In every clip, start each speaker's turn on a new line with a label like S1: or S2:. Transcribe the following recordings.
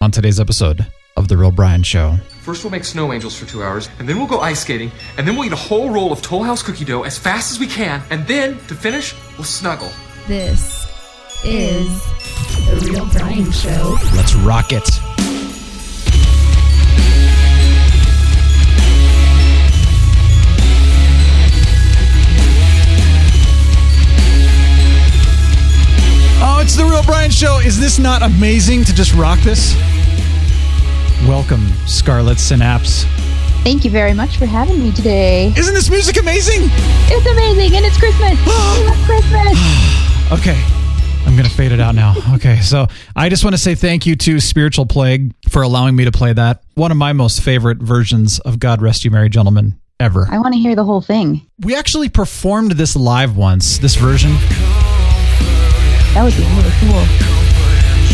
S1: on today's episode of The Real Brian Show.
S2: First, we'll make snow angels for two hours, and then we'll go ice skating, and then we'll eat a whole roll of Toll House cookie dough as fast as we can, and then, to finish, we'll snuggle.
S3: This is The Real Brian Show.
S1: Let's rock it. Oh, it's The Real Brian Show. Is this not amazing to just rock this? Welcome, Scarlet Synapse.
S4: Thank you very much for having me today.
S1: Isn't this music amazing?
S4: It's amazing and it's Christmas. we love Christmas.
S1: Okay. I'm going to fade it out now. Okay. So I just want to say thank you to Spiritual Plague for allowing me to play that. One of my most favorite versions of God Rest You Merry Gentlemen ever.
S4: I want to hear the whole thing.
S1: We actually performed this live once, this version.
S4: That would be really cool.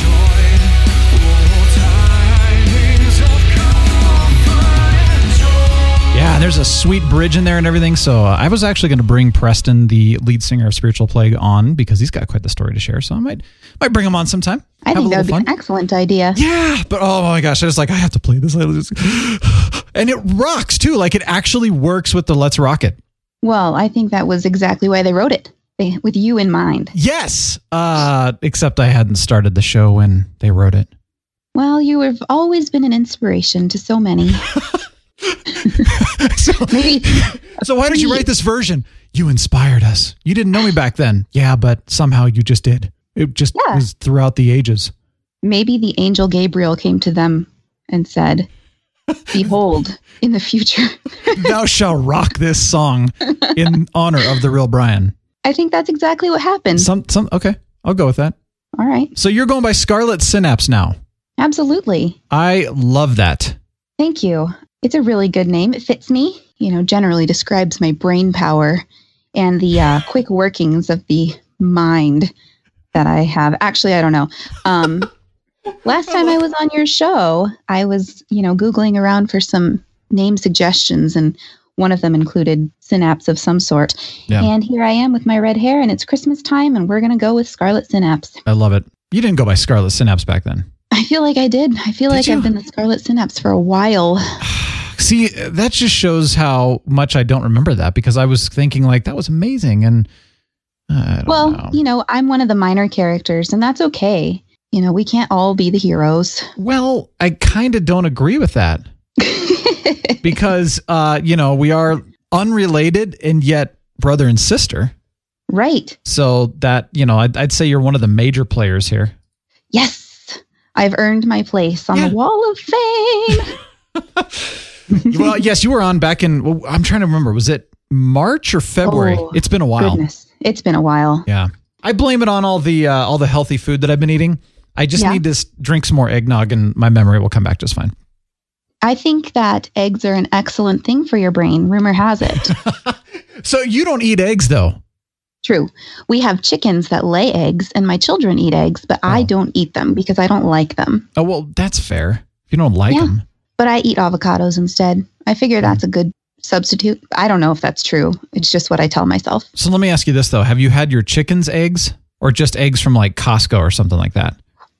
S1: Yeah, there's a sweet bridge in there and everything. So uh, I was actually going to bring Preston, the lead singer of Spiritual Plague, on because he's got quite the story to share. So I might might bring him on sometime.
S4: I
S1: Have a
S4: think that
S1: little
S4: would be
S1: fun.
S4: an excellent idea.
S1: Yeah, but oh my gosh, I was like, I have to play this. I was just- and it rocks too. Like it actually works with the Let's Rock It.
S4: Well, I think that was exactly why they wrote it, they, with you in mind.
S1: Yes. Uh, except I hadn't started the show when they wrote it.
S4: Well, you have always been an inspiration to so many.
S1: So,
S4: Maybe
S1: so why did you write this version? You inspired us. You didn't know me back then. Yeah, but somehow you just did. It just
S4: Yeah.
S1: was throughout the ages.
S4: maybe the angel Gabriel came to them and said, "Behold, in the future."
S1: Thou shalt rock this song in honor of the real Brian.
S4: I think that's exactly what happened.
S1: Some, some. Okay, I'll go with that.
S4: All right.
S1: So you're going by Scarlet Synapse now.
S4: Absolutely.
S1: I love that.
S4: Thank you. It's a really good name. It fits me, you know, generally describes my brain power and the uh, quick workings of the mind that I have. Actually, I don't know. Um, last time I was on your show, I was, you know, Googling around for some name suggestions, and one of them included synapse of some sort.
S1: Yeah.
S4: And here I am with my red hair, and it's Christmas time, and we're going to go with Scarlet Synapse.
S1: I love it. You didn't go by Scarlet Synapse back then.
S4: I feel like I did. I feel
S1: Did
S4: like
S1: you?
S4: I've been the Scarlet Synapse for a while.
S1: See, that just shows how much I don't remember that because I was thinking like that was amazing and uh, I don't
S4: Well,
S1: know.
S4: you know, I'm one of the minor characters, and that's okay. You know, we can't all be the heroes.
S1: well, I kind of don't agree with that because uh, you know, we are unrelated and yet brother and sister.
S4: right.
S1: So that, you know, I'd, I'd say you're one of the major players here.
S4: Yes. I've earned my place on
S1: Yeah.
S4: the wall of fame.
S1: well, yes, you were on back in well, I'm trying to remember, was it March or February?
S4: Oh,
S1: it's been a while.
S4: Goodness. It's been a while.
S1: Yeah. I blame it on all the uh, all the healthy food that I've been eating. I just
S4: Yeah.
S1: need to s- drink some more eggnog and my memory will come back just fine.
S4: I think that eggs are an excellent thing for your brain. Rumor has it.
S1: So you don't eat eggs though.
S4: True. We have chickens that lay eggs, and my children eat eggs, but I
S1: Oh.
S4: don't eat them because I don't like them.
S1: Oh well, that's fair. If you don't like
S4: Yeah.
S1: them.
S4: But I eat avocados instead. I
S1: Hmm.
S4: figure that's a good substitute. I don't know if that's true. It's just what I tell myself.
S1: So let me ask you this though: Have you had your chickens' eggs, or just eggs from like Costco or something like that?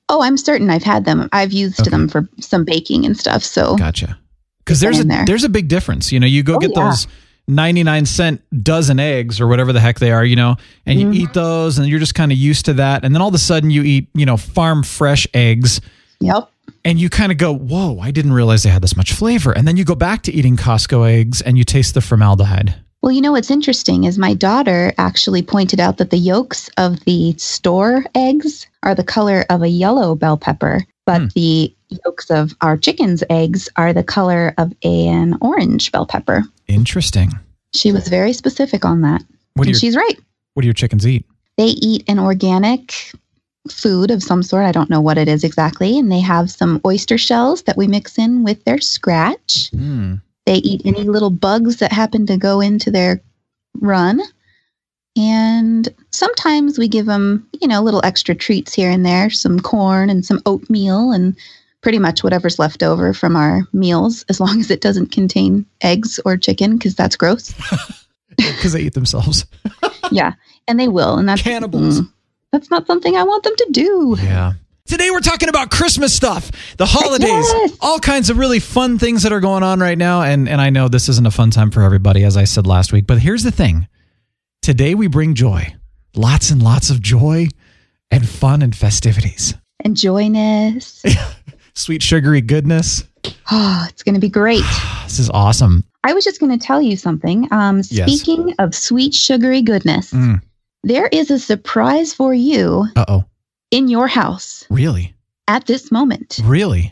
S4: Oh, I'm certain I've had them. I've used
S1: Okay.
S4: them for some baking and stuff. So
S1: Gotcha. Because there's a
S4: Oh. in there.
S1: there's a big difference. You know, you go
S4: Oh,
S1: get
S4: yeah.
S1: those ninety nine cent dozen eggs or whatever the heck they are. You know, and you
S4: Mhm.
S1: eat those, and you're just kind of used to that. And then all of a sudden, you eat you know farm fresh eggs,
S4: yep,
S1: and you kind of go, "Whoa, I didn't realize they had this much flavor." And then you go back to eating Costco eggs, and you taste the formaldehyde.
S4: Well, you know what's interesting is my daughter actually pointed out that the yolks of the store eggs are the color of a yellow bell pepper, but
S1: Hmm.
S4: the yolks of our chickens' eggs are the color of an orange bell pepper.
S1: Interesting.
S4: She was very specific on that,
S1: What do
S4: and
S1: your
S4: she's right.
S1: what do your chickens eat?
S4: They eat an organic food of some sort. I don't know what it is exactly, and they have some oyster shells that we mix in with their scratch.
S1: Hmm.
S4: They eat any little bugs that happen to go into their run. And sometimes we give them, you know, little extra treats here and there, some corn and some oatmeal and pretty much whatever's left over from our meals, as long as it doesn't contain eggs or chicken, because that's gross.
S1: Because they eat themselves.
S4: yeah. And they will. And that's
S1: Cannibals.
S4: mm, that's not something I want them to do.
S1: Yeah. Today we're talking about Christmas stuff, the holidays,
S4: Yes.
S1: all kinds of really fun things that are going on right now. And and I know this isn't a fun time for everybody, as I said last week. But here's the thing: today we bring joy, lots and lots of joy, and fun and festivities,
S4: and joyness.
S1: sweet sugary goodness.
S4: Oh, it's going to be great.
S1: This is awesome.
S4: I was just going to tell you something. Um,
S1: Yes.
S4: Speaking of sweet, sugary goodness,
S1: Mm.
S4: there is a surprise for you
S1: Uh oh,
S4: in your house
S1: really,
S4: at this moment.
S1: really.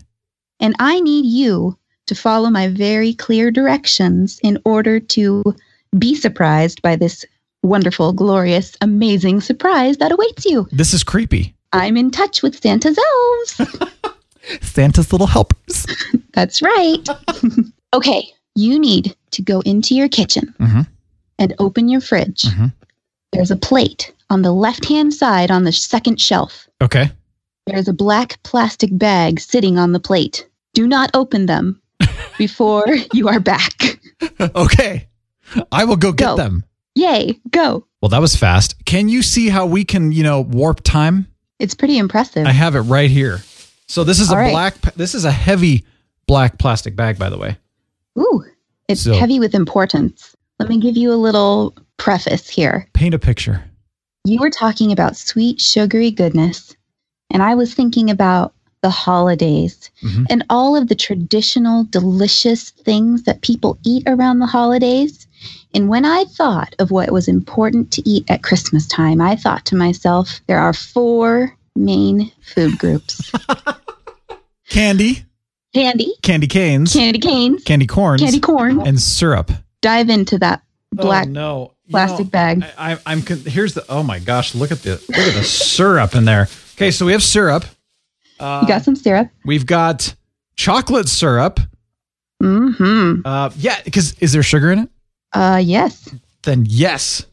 S4: And I need you to follow my very clear directions in order to be surprised by this wonderful, glorious, amazing surprise that awaits you.
S1: This is creepy.
S4: I'm in touch with Santa's elves.
S1: Santa's little helpers.
S4: That's right. okay, you need to go into your kitchen
S1: Mhm.
S4: and open your fridge.
S1: Mhm.
S4: There's a plate on the left hand side on the second shelf.
S1: Okay.
S4: There's a black plastic bag sitting on the plate. Do not open them before you are back.
S1: Okay. I will go get
S4: Go.
S1: them.
S4: Yay, go.
S1: Well, that was fast. Can you see how we can, you know, warp time?
S4: It's pretty impressive.
S1: I have it right here. So this is
S4: All
S1: a
S4: right.
S1: black. This is a heavy black plastic bag, by the way.
S4: Ooh, it's
S1: So-
S4: heavy with importance. Let me give you a little preface here.
S1: Paint a picture.
S4: You were talking about sweet, sugary goodness, and I was thinking about the holidays
S1: Mhm.
S4: and all of the traditional, delicious things that people eat around the holidays. And when I thought of what was important to eat at Christmas time, I thought to myself, there are four main food groups
S1: Candy,
S4: candy,
S1: candy canes, candy,
S4: candy canes,
S1: corns,
S4: candy corn.
S1: and syrup.
S4: Dive into that black
S1: oh, no You
S4: plastic
S1: know,
S4: bag.
S1: I, I, I'm con- here's the. Oh my gosh! Look at the look at the syrup in there. Okay, so we have syrup. Uh,
S4: You got some syrup.
S1: We've got chocolate syrup.
S4: Mm-hmm.
S1: Uh, yeah, because is there sugar in it?
S4: Uh, yes.
S1: Then yes.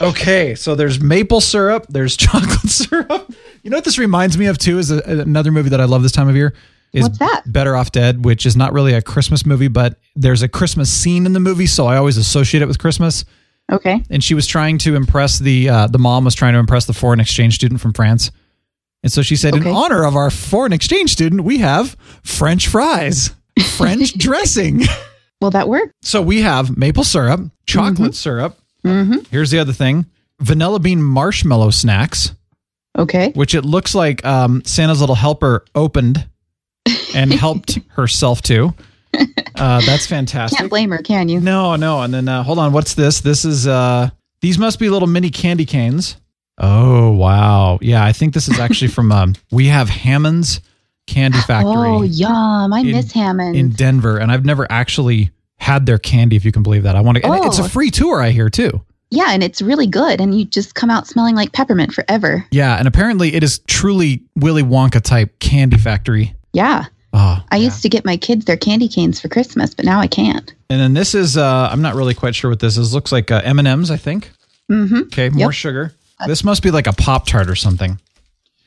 S1: okay, so there's maple syrup, there's chocolate syrup. You know what this reminds me of too is a, another movie that I love this time of year is
S4: What's that?
S1: Better Off Dead, which is not really a Christmas movie, but there's a Christmas scene in the movie, so I always associate it with Christmas.
S4: Okay.
S1: And she was trying to impress the uh, the mom was trying to impress the foreign exchange student from France. And so she said,
S4: Okay.
S1: in honor of our foreign exchange student, we have French fries, French dressing.
S4: Will that work?
S1: So we have maple syrup, chocolate syrup. Here's the other thing vanilla bean marshmallow snacks,
S4: Okay.
S1: which it looks like um, Santa's little helper opened and helped herself to. Uh, that's fantastic.
S4: Can't blame her, can you?
S1: No, no. And then uh, hold on. What's this? This is, uh, these must be little mini candy canes. Oh, wow. Yeah, I think this is actually from, um, we have Hammond's Candy Factory
S4: Oh, yum. I
S1: in-
S4: miss Hammond.
S1: in Denver, and I've never actually had their candy. If you can believe that, I want to. and It's a
S4: Oh.
S1: free tour, I hear too.
S4: yeah, and it's really good. And you just come out smelling like peppermint forever.
S1: Yeah, and apparently it is truly Willy Wonka type candy factory.
S4: Yeah.
S1: Ah,
S4: I used to get my kids their candy canes for Christmas, but now I can't.
S1: and then this is. uh I'm not really quite sure what this is. Looks like uh, M and M's, I think.
S4: Mm-hmm.
S1: Okay, more
S4: Yep.
S1: sugar. This must be like a pop tart or something.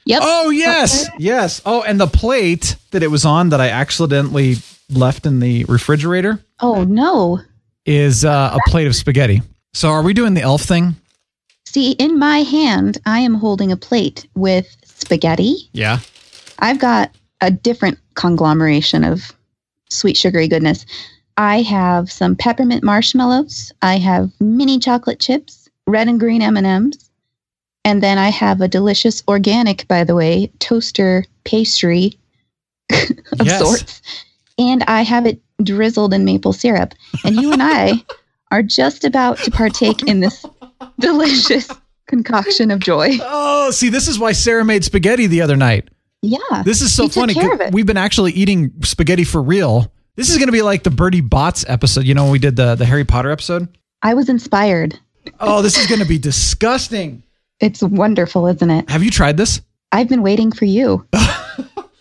S4: Yep.
S1: Oh yes, yes. Oh, and the plate that it was on that I accidentally left in the refrigerator
S4: Oh, no.
S1: is uh, a plate of spaghetti. So are we doing the elf thing?
S4: See, in my hand, I am holding a plate with spaghetti.
S1: Yeah.
S4: I've got a different conglomeration of sweet, sugary goodness. I have some peppermint marshmallows. I have mini chocolate chips, red and green M&Ms, and then I have a delicious organic, by the way, toaster pastry of
S1: yes.
S4: sorts. And I have it drizzled in maple syrup. And you and I are just about to partake in this delicious concoction of joy.
S1: Oh, see, this is why Sarah made spaghetti the other night.
S4: Yeah.
S1: This is so
S4: She took
S1: funny.
S4: care of it.
S1: We've been actually eating spaghetti for real. This is going to be like the Birdie Bots episode. You know, when we did the, the Harry Potter episode?
S4: I was inspired.
S1: Oh, this is going to be disgusting.
S4: It's wonderful, isn't it?
S1: Have you tried this?
S4: I've been waiting for you.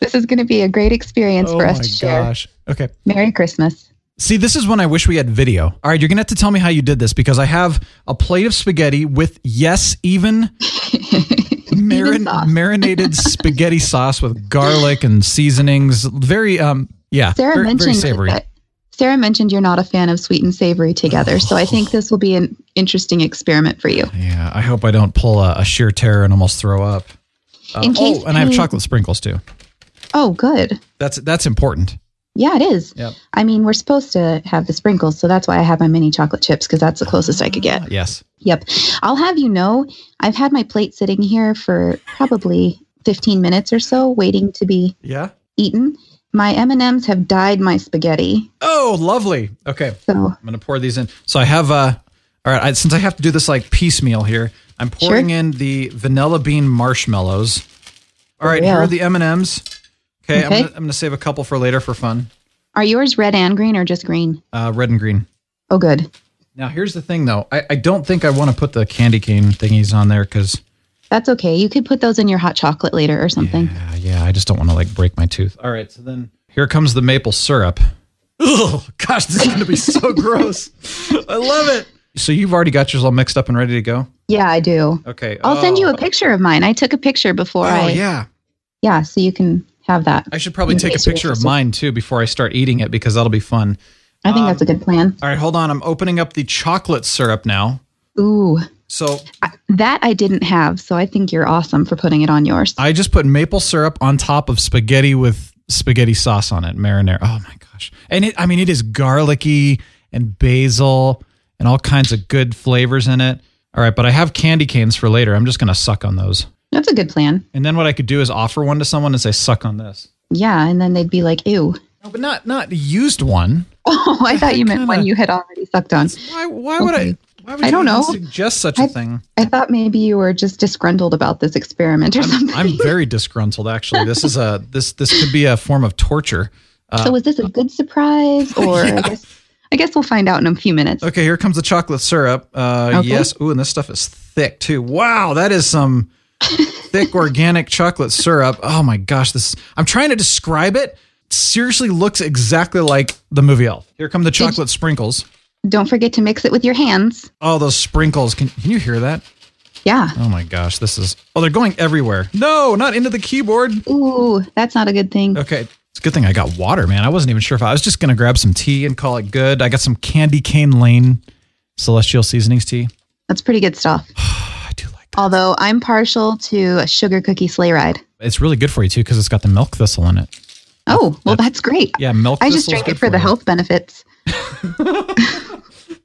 S4: this is going to be a great experience for us to share.
S1: Oh Okay.
S4: Merry Christmas.
S1: See, this is when I wish we had video. All right, you're going to have to tell me how you did this because I have a plate of spaghetti with, yes, even, marin-
S4: sauce.
S1: marinated spaghetti sauce with garlic and seasonings. Very, um, yeah,
S4: Sarah
S1: very, very
S4: mentioned
S1: savory.
S4: that- Sarah mentioned you're not a fan of sweet and savory together, so I think this will be an interesting experiment for you.
S1: Yeah, I hope I don't pull a, a sheer terror and almost throw up. Uh,
S4: In case
S1: oh, and I have
S4: any-
S1: chocolate sprinkles too.
S4: Oh, good.
S1: That's that's important.
S4: Yeah, it is.
S1: Yep.
S4: I mean, we're supposed to have the sprinkles, so that's why I have my mini chocolate chips because that's the closest I could get.
S1: Ah, Yes.
S4: Yep. I'll have you know, I've had my plate sitting here for probably 15 minutes or so waiting to be
S1: Yeah.
S4: eaten. My M&Ms have dyed my spaghetti.
S1: Oh, lovely. Okay.
S4: So,
S1: I'm gonna pour these in. So I have uh all right, I, since I have to do this like piecemeal here, I'm pouring in the vanilla bean marshmallows. All right, here
S4: yeah.
S1: are the M&Ms. Okay, I'm
S4: Okay.
S1: gonna, I'm gonna save a couple for later for fun.
S4: are yours red and green or just green?
S1: Uh, red and green.
S4: Oh, good.
S1: Now here's the thing though. I, I don't think I want to put the candy cane thingies on there because
S4: That's okay. You could put those in your hot chocolate later or something.
S1: yeah, yeah, I just don't want to like break my tooth. All right, so then here comes the maple syrup. Ugh, gosh, this is gonna be so gross. I love it. So you've already got yours all mixed up and ready to go.
S4: Yeah, I do.
S1: Okay,
S4: I'll send you
S1: oh.
S4: a picture of mine. I took a picture before
S1: Oh
S4: I
S1: yeah,
S4: Yeah, so you can have that.
S1: I should probably
S4: In
S1: take a
S4: case you're
S1: picture of
S4: interested.
S1: mine too before I start eating it because that'll be fun.
S4: I think
S1: um
S4: that's a good plan.
S1: All right, hold on. I'm opening up the chocolate syrup now.
S4: Ooh.
S1: So
S4: I, that I didn't have, so I think you're awesome for putting it on yours.
S1: I just put maple syrup on top of spaghetti with spaghetti sauce on it, marinara. Oh my gosh. And it, I mean, it is garlicky and basil and all kinds of good flavors in it. All right, but I have candy canes for later. I'm just going to suck on those.
S4: that's a good plan.
S1: And then what I could do is offer one to someone and say, suck on this.
S4: Yeah, and then they'd be like, "Ew."
S1: No, but not not used one.
S4: Oh, I thought you meant
S1: Kinda-
S4: one you had already sucked on.
S1: Why why would I
S4: Okay.
S1: why would
S4: I
S1: you
S4: don't
S1: even
S4: know.
S1: suggest such a
S4: I-
S1: thing?
S4: I thought maybe you were just disgruntled about this experiment or something.
S1: I'm very disgruntled. Actually, this is a this this could be a form of torture.
S4: so was this a good surprise, or I guess I guess we'll find out in a few minutes.
S1: Okay, here comes the chocolate syrup. Uh,
S4: Okay.
S1: Yes. Ooh, and this stuff is thick too. Wow, that is some thick organic chocolate syrup. Oh my gosh, this. I'm trying to describe it. Seriously, looks exactly like the movie Elf. Here come the chocolate sprinkles.
S4: Don't forget to mix it with your hands.
S1: Oh, those sprinkles! Can, can you hear that?
S4: Yeah.
S1: Oh my gosh, this is. Oh, they're going everywhere. No, not into the keyboard.
S4: Ooh, that's not a good thing.
S1: Uh, Okay. It's a good thing I got water, man. I wasn't even sure if I, I was just going to grab some tea and call it good. I got some Candy Cane Lane Celestial Seasonings tea.
S4: That's pretty good stuff.
S1: I do like that.
S4: Although I'm partial to a sugar cookie sleigh ride.
S1: It's really good for you, too, because it's got the milk thistle in it.
S4: Oh, well, that's great.
S1: Yeah, milk
S4: I
S1: thistle.
S4: just
S1: is
S4: drink
S1: good
S4: it for the
S1: you.
S4: health benefits.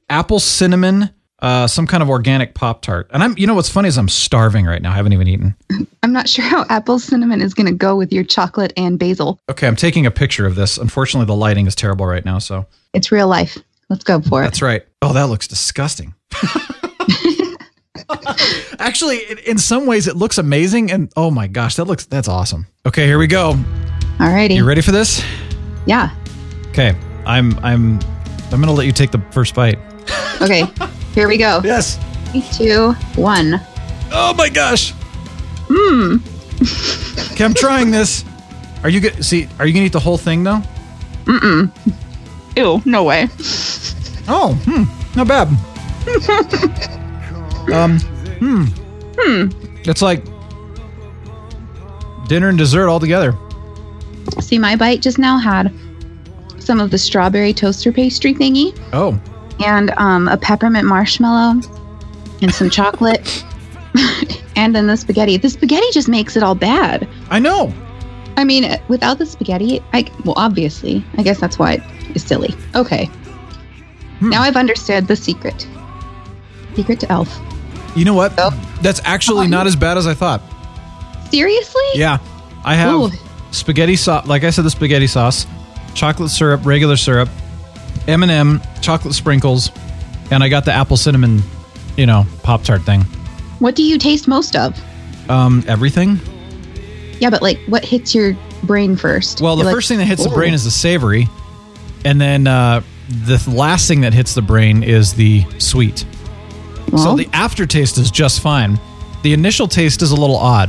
S1: Apple cinnamon, uh, some kind of organic Pop Tart. And I'm, you know, what's funny is I'm starving right now. I haven't even eaten.
S4: I'm not sure how apple cinnamon is going to go with your chocolate and basil.
S1: Okay, I'm taking a picture of this. Unfortunately, the lighting is terrible right now. So
S4: It's real life. Let's go for it.
S1: That's right. Oh, that looks disgusting. Actually, in- in some ways, it looks amazing. And oh my gosh, that looks, that's awesome. Okay, here we go. You
S4: Alrighty.
S1: ready for this?
S4: Yeah.
S1: Okay. I'm, I'm, I'm going to let you take the first bite.
S4: Okay. Here we go.
S1: Yes.
S4: Three, two, one.
S1: Oh my gosh. Mmm. okay, I'm trying this. Are you good? See, are you going to eat the whole thing though?
S4: Ew, no way.
S1: Oh, hmm, not bad. um, hmm. It's like dinner and dessert all together.
S4: See, my bite just now had some of the strawberry toaster pastry thingy
S1: Oh,
S4: and um, a peppermint marshmallow and some chocolate and then the spaghetti. The spaghetti just makes it all bad.
S1: I know.
S4: I mean, without the spaghetti, I well, obviously, I guess that's why it's silly. Okay.
S1: Hmm.
S4: Now I've understood the secret. Secret to Elf.
S1: You know what?
S4: Oh.
S1: That's actually not as bad as I thought.
S4: Seriously?
S1: Yeah, I have
S4: Ooh.
S1: spaghetti sauce. Like I said, the spaghetti sauce, chocolate syrup, regular syrup, M and m chocolate sprinkles, and I got the apple cinnamon, you know, pop tart thing.
S4: What do you taste most of?
S1: Um, everything.
S4: Yeah, but like, what hits your brain first?
S1: Well, the
S4: You're like,
S1: first thing that hits the
S4: "Ooh."
S1: brain is the savory, and then uh, the last thing that hits the brain is the sweet.
S4: Well,
S1: So the aftertaste is just fine. The initial taste is a little odd,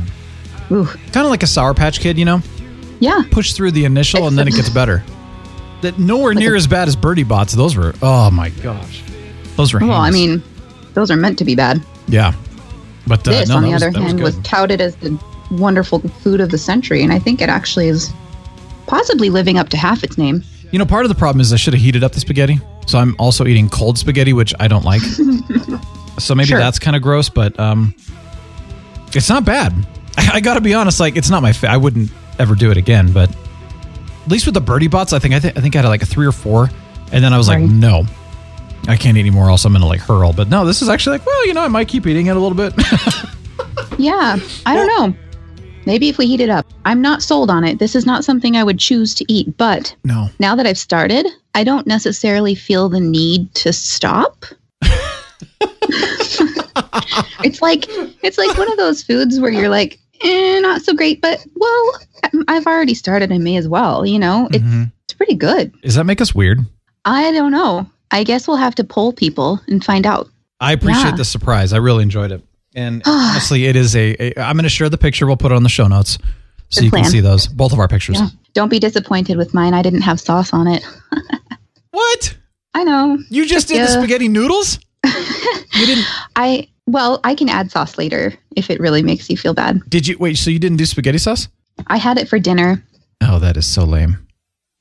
S4: ooh.
S1: kind of like a Sour Patch Kid, you know.
S4: yeah.
S1: Push through the initial, and then it gets better. That nowhere near as bad as Birdie Bots. Those were oh my gosh, those were.
S4: Well, I
S1: heinous.
S4: mean, those are meant to be bad.
S1: yeah. But uh,
S4: this,
S1: no,
S4: on
S1: that
S4: the
S1: was-
S4: other
S1: that
S4: hand, was,
S1: good.
S4: touted as the wonderful food of the century, and I think it actually is possibly living up to half its name.
S1: You know, part of the problem is I should have heated up the spaghetti. So I'm also eating cold spaghetti, which I don't like. so maybe
S4: Sure.
S1: that's kind of gross, but um, it's not bad. I gotta be honest, like it's not my. Fa- I wouldn't ever do it again. But at least with the birdie bots, I think I, th- I think I had like a three or four, and then I was
S4: Right.
S1: like, no, I can't eat anymore. Else I'm gonna like hurl. But no, this is actually like, well, you know, I might keep eating it a little bit.
S4: Yeah, I don't know. Maybe if we heat it up. I'm not sold on it. This is not something I would choose to eat, but
S1: no,
S4: now that I've started, I don't necessarily feel the need to stop. it's like it's like one of those foods where you're like, eh, not so great, but well, I- I've already started. I may as well. You know, it's
S1: Mhm.
S4: it's pretty good.
S1: does that make us weird?
S4: I don't know. I guess we'll have to poll people and find out.
S1: I appreciate
S4: Yeah.
S1: the surprise. I really enjoyed it. And honestly, it is a, a. I'm gonna share the picture. We'll put it on the show notes so
S4: Good
S1: you
S4: plan.
S1: can see those both of our pictures.
S4: Yeah. Don't be disappointed with mine. I didn't have sauce on it.
S1: What?
S4: I know.
S1: You just did the
S4: Yeah.
S1: spaghetti noodles? You didn't?
S4: I well, I can add sauce later if it really makes you feel bad.
S1: Did you wait? So you didn't do spaghetti sauce?
S4: I had it for dinner.
S1: Oh, that is so lame.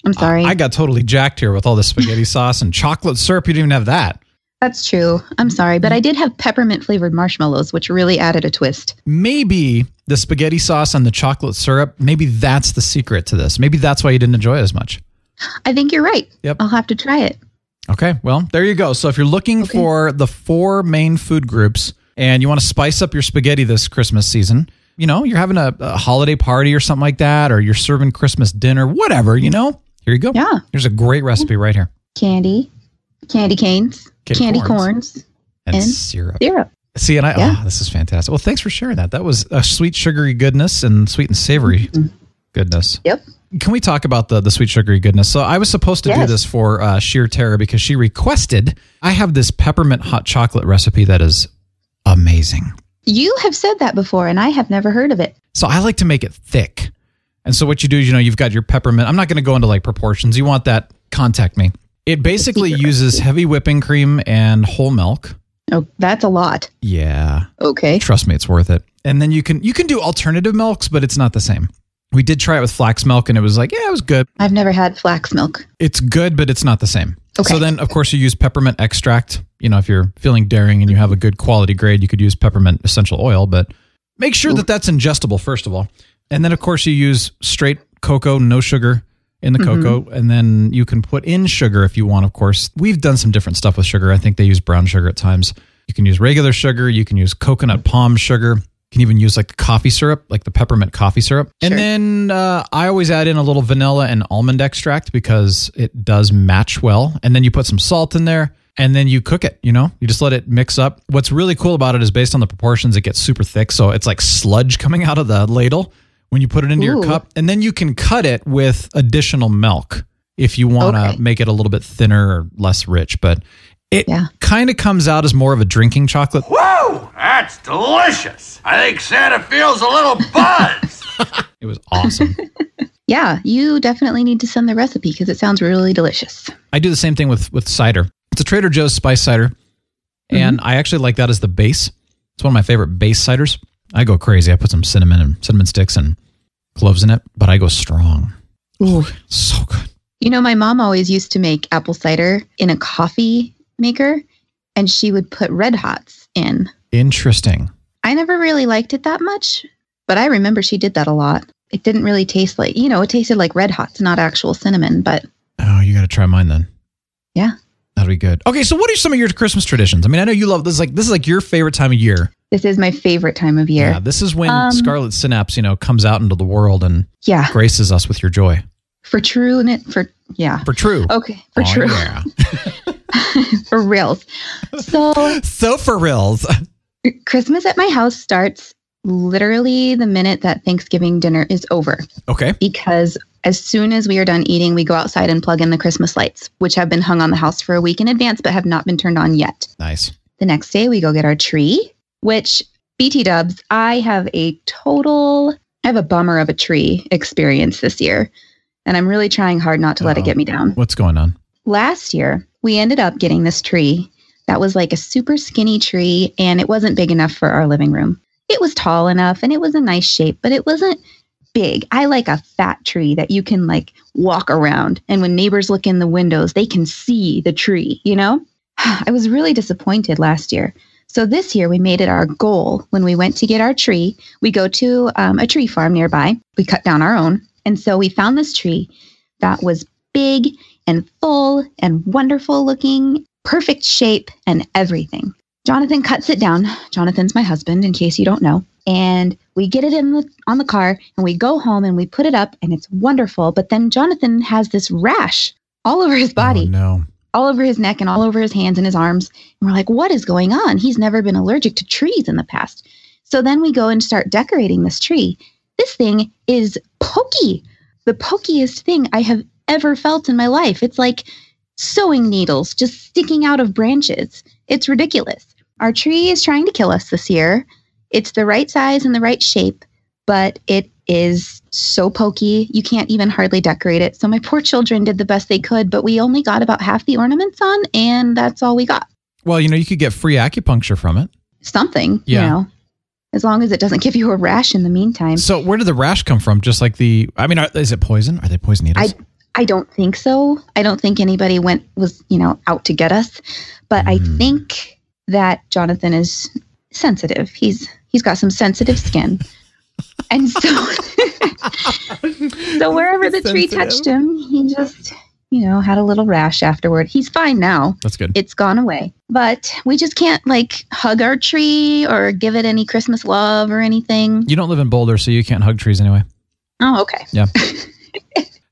S4: I'm sorry.
S1: I, I got totally jacked here with all the spaghetti sauce and chocolate syrup. You didn't even have that.
S4: That's true. I'm sorry, but I
S1: Mm-hmm.
S4: did have peppermint flavored marshmallows, which really added a twist.
S1: Maybe the spaghetti sauce and the chocolate syrup, maybe that's the secret to this. Maybe that's why you didn't enjoy it as much.
S4: I think you're right.
S1: Yep.
S4: I'll have to try it.
S1: Okay, well, there you go. So if you're looking
S4: Okay.
S1: for the four main food groups and you want to spice up your spaghetti this Christmas season, you know, you're having a, a holiday party or something like that, or you're serving Christmas dinner, whatever, you know, here you go.
S4: Yeah.
S1: Here's a great recipe right here.
S4: Candy, candy canes,
S1: Candy
S4: candy
S1: corns.
S4: corns,
S1: And,
S4: And
S1: syrup.
S4: syrup.
S1: See, and I,
S4: Yeah.
S1: oh, this is fantastic. Well, thanks for sharing that. That was a sweet, sugary goodness and sweet and savory
S4: Mm-hmm.
S1: goodness.
S4: Yep.
S1: Can we talk about the, the sweet, sugary goodness? So I was supposed to do
S4: Yes.
S1: this for uh, Sheer Terror because she requested, I have this peppermint hot chocolate recipe that is amazing.
S4: You have said that before, and I have never heard of it.
S1: So I like to make it thick. And so what you do is, you know, you've got your peppermint. I'm not going to go into like proportions. You want that, contact me. It basically
S4: secret
S1: uses heavy whipping cream and whole milk.
S4: Oh, that's a lot.
S1: Yeah.
S4: Okay.
S1: trust me it's worth it and then you can you can do alternative milks but it's not the same we did try it with flax milk and it was like yeah it was good
S4: I've never had flax milk.
S1: it's good but it's not the same
S4: Okay.
S1: so then of course you use peppermint extract you know if you're feeling daring and you have a good quality grade you could use peppermint essential oil but make sure that that's ingestible first of all and then of course you use straight cocoa no sugar in the cocoa and then you can put in sugar if you want of course we've done some different stuff with sugar i think they use brown sugar at times you can use regular sugar you can use coconut palm sugar you can even use like the coffee syrup like the peppermint coffee syrup and
S4: Sure.
S1: then uh, i always add in a little vanilla and almond extract because it does match well and then you put some salt in there and then you cook it you know you just let it mix up what's really cool about it is based on the proportions it gets super thick so it's like sludge coming out of the ladle when you put it into your
S4: Ooh.
S1: cup and then you can cut it with additional milk if you want to
S4: Okay.
S1: make it a little bit thinner or less rich but it
S4: Yeah.
S1: kind of comes out as more of a drinking chocolate
S5: Woo! That's delicious. I think Santa feels a little buzz.
S1: it was awesome
S4: Yeah, you definitely need to send the recipe because it sounds really delicious.
S1: I do the same thing with with cider. It's a Trader Joe's spice cider, and
S4: Mm-hmm.
S1: I actually like that as the base. It's one of my favorite base ciders. I go crazy. I put some cinnamon and cinnamon sticks and cloves in it, but I go strong.
S4: Ooh.
S1: So good.
S4: You know, my mom always used to make apple cider in a coffee maker, and she would put red hots in.
S1: Interesting.
S4: I never really liked it that much, but I remember she did that a lot. It didn't really taste like, you know, it tasted like red hots, not actual cinnamon, but
S1: Oh, you got to try mine then.
S4: Yeah.
S1: That'll be good. Okay, so what are some of your Christmas traditions? I mean, I know you love this. is Like this is like your favorite time of year.
S4: this is my favorite time of year.
S1: Yeah. This is when
S4: Um,
S1: Scarlet Synapse, you know, comes out into the world and
S4: Yeah,
S1: graces us with your joy
S4: for true and it for, yeah.
S1: for true.
S4: Okay, for
S1: Oh,
S4: true,
S1: yeah.
S4: for reals. So,
S1: so for reals.
S4: Christmas at my house starts literally the minute that Thanksgiving dinner is over.
S1: Okay.
S4: because as soon as we are done eating, we go outside and plug in the Christmas lights, which have been hung on the house for a week in advance but have not been turned on yet.
S1: Nice.
S4: The next day, we go get our tree, which BT dubs, I have a total, I have a bummer of a tree experience this year. And I'm really trying hard not to let
S1: Uh-oh.
S4: it get me down.
S1: Oh. What's going on?
S4: Last year, we ended up getting this tree that was like a super skinny tree and it wasn't big enough for our living room. It was tall enough and it was a nice shape, but it wasn't big. I like a fat tree that you can like walk around and when neighbors look in the windows, they can see the tree, you know? I was really disappointed last year. So this year we made it our goal when we went to get our tree. We go to um, a tree farm nearby. We cut down our own. And so we found this tree that was big and full and wonderful looking, perfect shape and everything. Jonathan cuts it down. Jonathan's my husband, in case you don't know. And we get it in the, on the car and we go home and we put it up and it's wonderful. But then Jonathan has this rash all over his body
S1: Oh, no.
S4: all over his neck and all over his hands and his arms. And we're like, what is going on? He's never been allergic to trees in the past. So then we go and start decorating this tree. This thing is pokey, the pokiest thing I have ever felt in my life. It's like sewing needles just sticking out of branches. It's ridiculous. Our tree is trying to kill us this year. It's the right size and the right shape, but it is so pokey. You can't even hardly decorate it. So my poor children did the best they could, but we only got about half the ornaments on, and that's all we got.
S1: Well, you know, you could get free acupuncture from it.
S4: Something,
S1: Yeah.
S4: you know, as long as it doesn't give you a rash in the meantime.
S1: So, where did the rash come from? Just like the, I mean, are, is it poison? Are they poison needles?
S4: I I don't think so. I don't think anybody went was you know out to get us, but
S1: Mm.
S4: I think that Jonathan is sensitive. He's he's got some sensitive skin, and so so wherever the tree touched him, he just you know had a little rash afterward. He's fine now.
S1: That's good.
S4: It's gone away, but we just can't like hug our tree or give it any Christmas love or anything.
S1: you don't live in Boulder, so you can't hug trees anyway.
S4: Oh, okay.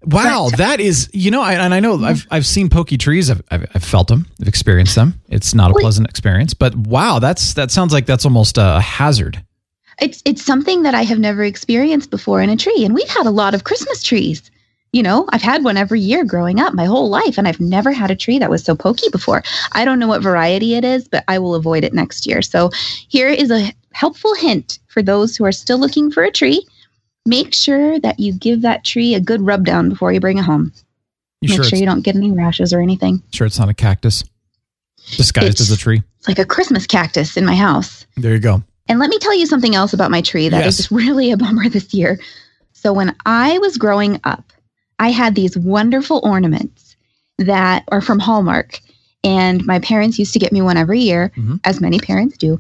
S1: Wow, that is you know, I, and I know I've I've seen pokey trees, I've, I've I've felt them, I've experienced them. It's not a
S4: Wait.
S1: pleasant experience, but wow, that's that sounds like that's almost a hazard.
S4: it's it's something that I have never experienced before in a tree. And we've had a lot of Christmas trees. You know, I've had one every year growing up my whole life, and I've never had a tree that was so pokey before. I don't know what variety it is, but I will avoid it next year. So here is a helpful hint for those who are still looking for a tree. Make sure that you give that tree a good rub down before you bring it home.
S1: You
S4: Make
S1: sure,
S4: sure,
S1: it's,
S4: you don't get any rashes or anything.
S1: sure it's not a cactus disguised
S4: It's-
S1: as a tree?
S4: It's like a Christmas cactus in my house.
S1: There you go.
S4: And let me tell you something else about my tree that
S1: Yes.
S4: is really a bummer this year. So, when I was growing up, I had these wonderful ornaments that are from Hallmark. And my parents used to get me one every year,
S1: Mhm.
S4: as many parents do.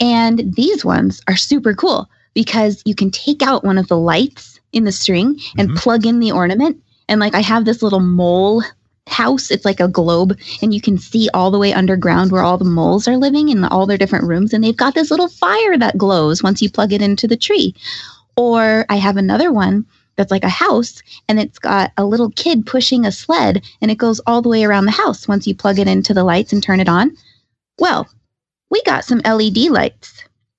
S4: And these ones are super cool because you can take out one of the lights in the string and
S1: Mhm.
S4: plug in the ornament. And like I have this little mole house, it's like a globe and you can see all the way underground where all the moles are living in all their different rooms and they've got this little fire that glows once you plug it into the tree or i have another one that's like a house and it's got a little kid pushing a sled and it goes all the way around the house once you plug it into the lights and turn it on well we got some led lights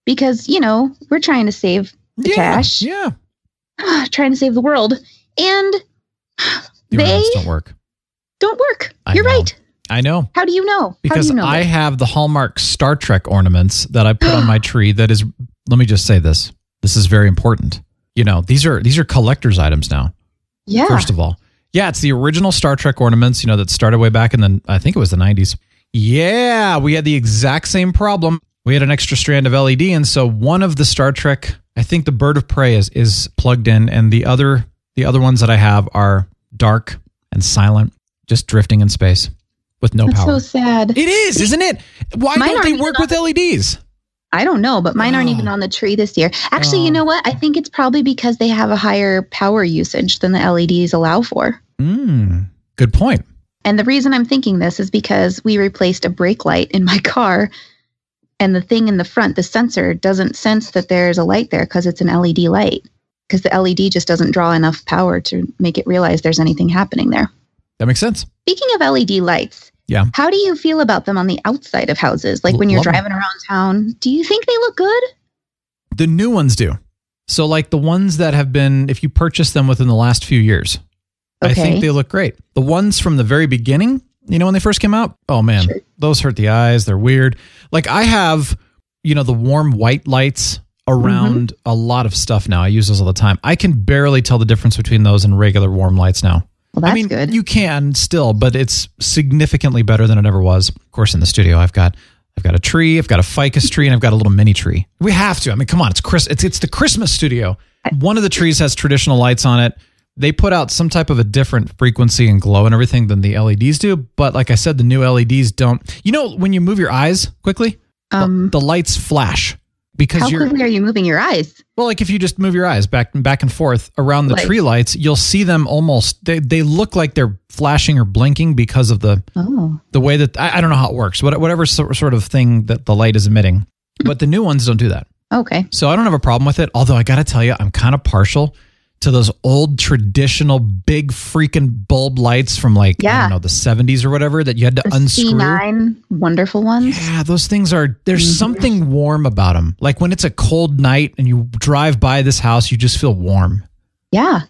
S4: because you know we're trying to save
S1: Yeah,
S4: cash.
S1: Yeah.
S4: trying to save the world and
S1: The
S4: They-
S1: ornaments don't work.
S4: don't work
S1: I
S4: you're
S1: know.
S4: right
S1: I know.
S4: how do you know how do
S1: Because
S4: you know
S1: I
S4: that?
S1: have the Hallmark Star Trek ornaments that I put on my tree that is let me just say this. This is very important. You know, these are these are collectors items now.
S4: yeah
S1: first of all. Yeah, it's the original Star Trek ornaments, you know, that started way back in the, I think it was the 90s. Yeah, we had the exact same problem. We had an extra strand of LED, and so one of the Star Trek, I think the Bird of Prey is is plugged in, and the other the other ones that I have are dark and silent, just drifting in space with no
S4: that's so
S1: power.
S4: sad
S1: it is, isn't it? Why
S4: Mine
S1: don't
S4: aren't
S1: they
S4: even
S1: work
S4: on
S1: with E LEDs?
S4: I don't know, but mine aren't
S1: Oh.
S4: even on the tree this year. Actually,
S1: Oh.
S4: you know what? I think it's probably because they have a higher power usage than the LEDs allow for.
S1: Mm, good point.
S4: And the reason I'm thinking this is because we replaced a brake light in my car, and the thing in the front, the sensor, doesn't sense that there's a light there because it's an LED light, because the LED just doesn't draw enough power to make it realize there's anything happening there.
S1: That makes sense.
S4: Speaking of LED lights,
S1: Yeah.
S4: how do you feel about them on the outside of houses? Like
S1: L-
S4: when you're
S1: love 'em.
S4: driving around town, do you think they look good?
S1: The new ones do. So like the ones that have been if you purchase them within the last few years, I think
S4: Okay.
S1: they look great. The ones from the very beginning, you know when they first came out, oh man,
S4: Sure.
S1: those hurt the eyes, they're weird. Like I have, you know, the warm white lights around
S4: Mm-hmm.
S1: a lot of stuff now. I use those all the time. I can barely tell the difference between those and regular warm lights now.
S4: Well, that's
S1: I mean,
S4: good.
S1: you can still, but it's significantly better than it ever was. Of course, in the studio, I've got I've got a tree, I've got a ficus tree, and I've got a little mini tree. We have to. I mean, come on, it's Chris. It's it's the Christmas studio. One of the trees has traditional lights on it. They put out some type of a different frequency and glow and E everything than the LEDs do. But like I said, the new LEDs don't. You know, when you move your eyes quickly,
S4: Um,
S1: the lights flash because
S4: how
S1: you're
S4: quickly are you moving your eyes?
S1: well. Like if you just move your eyes back and back and forth around the
S4: Like-
S1: tree lights, you'll see them almost. They they look like they're flashing or blinking because of the
S4: Oh,
S1: the way that I, I don't know how it works. What, whatever sor- sort of thing that the light is emitting, but the new ones don't do that.
S4: okay.
S1: So I don't have a problem with it. Although I got to tell you, I'm kind of partial to those old traditional big freaking bulb lights from like I
S4: Yeah.
S1: don't know the 70s or whatever that you had to
S4: The
S1: unscrew.
S4: C9 wonderful ones.
S1: Yeah, those things are. There's
S4: Mm-hmm.
S1: something warm about them. Like when it's a cold night and you drive by this house, you just feel warm,
S4: Yeah.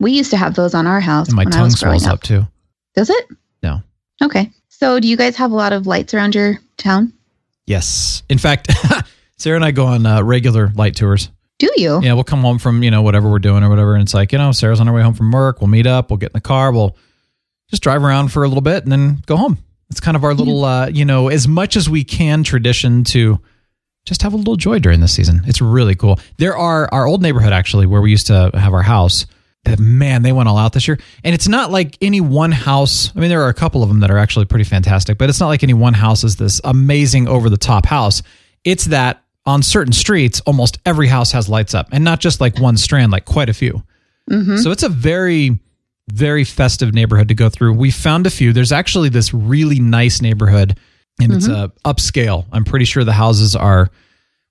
S4: We used to have those on our house
S1: and my
S4: when I
S1: tongue
S4: was growing
S1: swells up.
S4: up.
S1: too.
S4: Does it?
S1: No.
S4: Okay. So, do you guys have a lot of lights around your town?
S1: Yes. In fact, Sarah and I go on uh, regular light tours.
S4: Do you?
S1: Yeah, we'll come home from, you know, whatever we're doing or whatever. And it's like, you know, Sarah's on her way home from work. We'll meet up. We'll get in the car. We'll just drive around for a little bit and then go home. It's kind of our little, uh, you know, as much as we can tradition to just have a little joy during this season. It's really cool. There are our old neighborhood, actually, where we used to have our house. that- Man, they went all out this year. And it's not like any one house. I mean, there are a couple of them that are actually pretty fantastic, but it's not like any one house is this amazing over the top house. It's that on certain streets, almost every house has lights up and not just like one strand, like quite a few.
S4: Mm-hmm.
S1: So it's a very, very festive neighborhood to go through. We found a few. There's actually this really nice neighborhood, and it's uh,
S4: Mm-hmm.
S1: upscale. I'm pretty sure the houses are,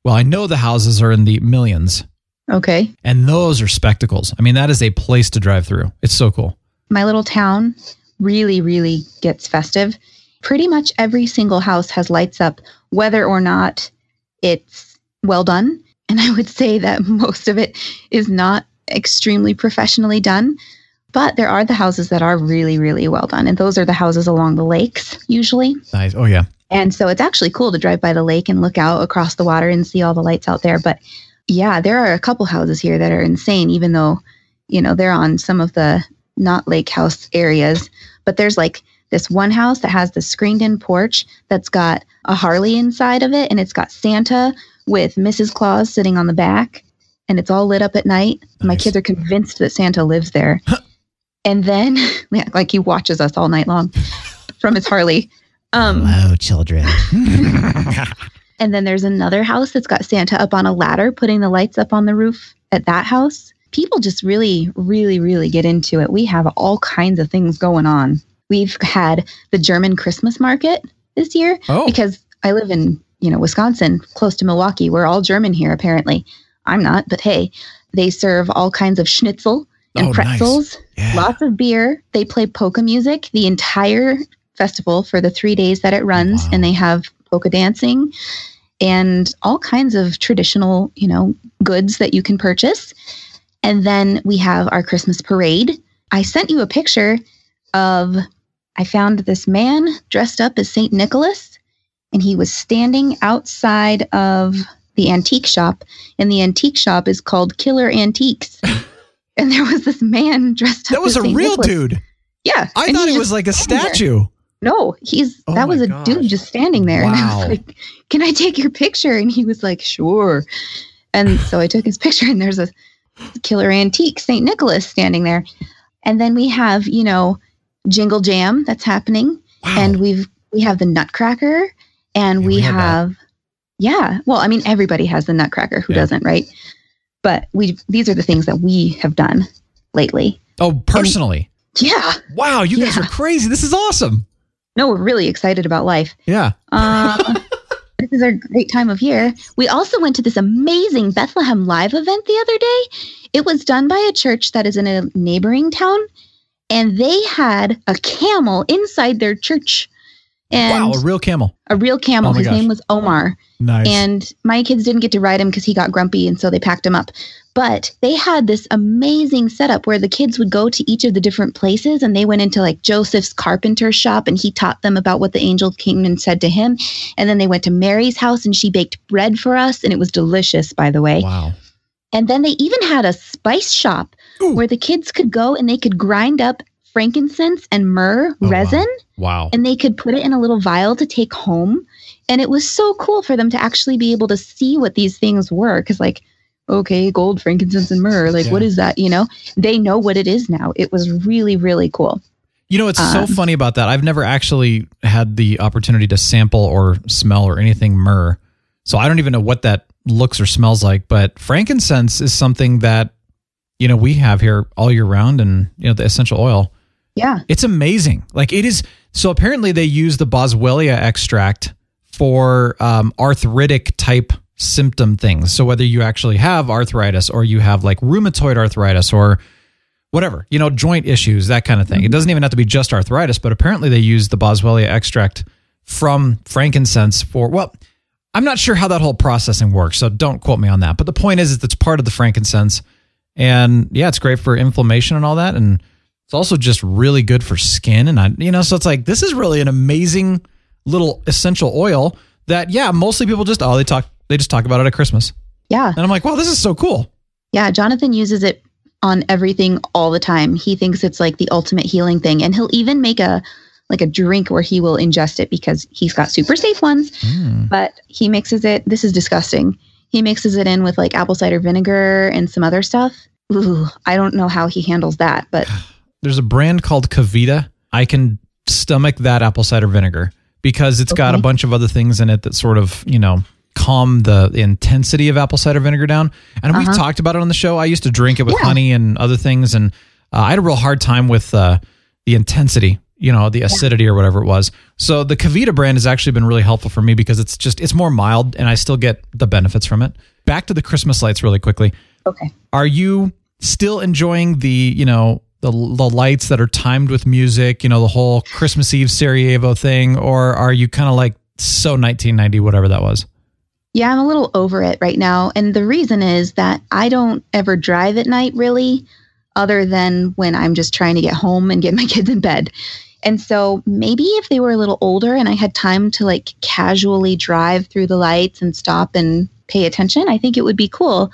S1: well, I know the houses are in the millions,
S4: Okay.
S1: and those are spectacles. I mean, that is a place to drive through. It's so cool.
S4: My little town really, really gets festive. Pretty much every single house has lights up, whether or not it's well done. And I would say that most of it is not extremely professionally done. But there are the houses that are really, really well done. And those are the houses along the lakes, usually.
S1: Nice. Oh yeah.
S4: And so it's actually cool to drive by the lake and look out across the water and see all the lights out there. But yeah, there are a couple houses here that are insane, even though, you know, they're on some of the not lake house areas. But there's like this one house that has the screened in porch that's got a Harley inside of it and it's got Santa with Mrs. Claus sitting on the back and it's all lit up at night. My
S1: Nice.
S4: kids are convinced that Santa lives there. and then, yeah, like, he watches us all night long from his Harley. Um,
S1: Hello, children.
S4: and then there's another house that's got Santa up on a ladder, putting the lights up on the roof at that house. People just really, really, really get into it. We have all kinds of things going on. We've had the German Christmas market this year
S1: Oh.
S4: because I live in, you know, Wisconsin, close to Milwaukee. We're all German here, apparently. I'm not, but hey, they serve all kinds of schnitzel and
S1: Oh, nice.
S4: pretzels,
S1: Yeah.
S4: lots of beer. They play polka music the entire festival for the three days that it runs,
S1: Wow.
S4: and they have polka dancing and all kinds of traditional, you know, goods that you can purchase. And then we have our Christmas parade. I sent you a picture of I found this man dressed up as St. Nicholas and he was standing outside of the antique shop and the antique shop is called Killer Antiques. and there was this man dressed up
S1: that was a
S4: as St.
S1: real
S4: Nicholas.
S1: dude.
S4: Yeah.
S1: I
S4: and
S1: thought
S4: he
S1: it
S4: just
S1: was like a
S4: standing there.
S1: statue.
S4: No, he's
S1: Oh
S4: that was
S1: my
S4: a dude
S1: gosh.
S4: just standing there. And I
S1: Wow.
S4: was like, Can I take your picture? And he was like, Sure. And so I took his picture, and there's a killer antique St. Nicholas standing there. And then we have, you know, Jingle Jam that's happening.
S1: Wow.
S4: And we've we have the Nutcracker and
S1: Yeah,
S4: we,
S1: we had that.
S4: have Yeah. Well, I mean everybody has the Nutcracker. Who
S1: Yeah.
S4: doesn't, right? But we these are the things that we have done lately.
S1: oh, personally.
S4: Yeah.
S1: wow, you guys
S4: Yeah.
S1: are crazy. This is awesome.
S4: No, we're really excited about life.
S1: Yeah.
S4: Um, this is our great time of year. We also went to this amazing Bethlehem Live event the other day. It was done by a church that is in a neighboring town, and they had a camel inside their church and
S1: wow, a real camel.
S4: a real camel.
S1: Oh my
S4: His
S1: gosh.
S4: name was Omar.
S1: Nice.
S4: And my kids didn't get to ride him because he got grumpy, and so they packed him up. But they had this amazing setup where the kids would go to each of the different places, and they went into like Joseph's carpenter shop, and he taught them about what the angel came and said to him. And then they went to Mary's house, and she baked bread for us, and it was delicious, by the way.
S1: wow.
S4: And then they even had a spice shop
S1: Ooh.
S4: where the kids could go and they could grind up frankincense and myrrh
S1: Oh, wow.
S4: resin
S1: Wow.
S4: and they could put it in a little vial to take home and it was so cool for them to actually be able to see what these things were because like okay gold frankincense and myrrh like
S1: Yeah.
S4: what is that you know they know what it is now it was really really cool
S1: You know, it's so funny about that. I've never actually had the opportunity to sample or smell or anything myrrh. So I don't even know what that looks or smells like. But frankincense is something that, you know, we have here all year round and, you know, the essential oil.
S4: Yeah.
S1: It's amazing. Like it is. So apparently they use the Boswellia extract for um, arthritic type symptom things. So whether you actually have arthritis or you have like rheumatoid arthritis or whatever, you know, joint issues, that kind of thing. It doesn't even have to be just arthritis, but apparently they use the Boswellia extract from frankincense for, well, I'm not sure how that whole processing works, so don't quote me on that. But the point is, is it's part of the frankincense. And yeah, it's great for inflammation and all that. And it's also just really good for skin. And I, you know, so it's like, this is really an amazing little essential oil that, yeah, mostly people just, oh, they talk, they just talk about it at Christmas.
S4: Yeah.
S1: And I'm like, wow, this is so cool.
S4: Yeah. Jonathan uses it on everything all the time. He thinks it's like the ultimate healing thing. And he'll even make a like a drink where he will ingest it because he's got super safe ones.
S1: Mm.
S4: But he mixes it. This is disgusting. He mixes it in with like apple cider vinegar and some other stuff. Ooh, I don't know how he handles that, but
S1: There's a brand called Cavita. I can stomach that apple cider vinegar because it's got a
S4: Okay.
S1: bunch of other things in it that sort of, you know, calm the intensity of apple cider vinegar down. And we've
S4: Uh-huh.
S1: talked about it on the show. I used to drink it with
S4: Yeah.
S1: honey and other things. And uh, I had a real hard time with uh, the intensity, you know, the acidity or whatever it was. So the Cavita brand has actually been really helpful for me because it's just, it's more mild and I still get the benefits from it. Back to the Christmas lights really quickly.
S4: okay.
S1: are you still enjoying the you know the, the lights that are timed with music you know the whole christmas eve sarajevo thing or are you kind of like so 1990 whatever that was
S4: Yeah, I'm a little over it right now. And the reason is that I don't ever drive at night really, other than when I'm just trying to get home and get my kids in bed. And so maybe if they were a little older and I had time to like casually drive through the lights and stop and pay attention, I think it would be cool.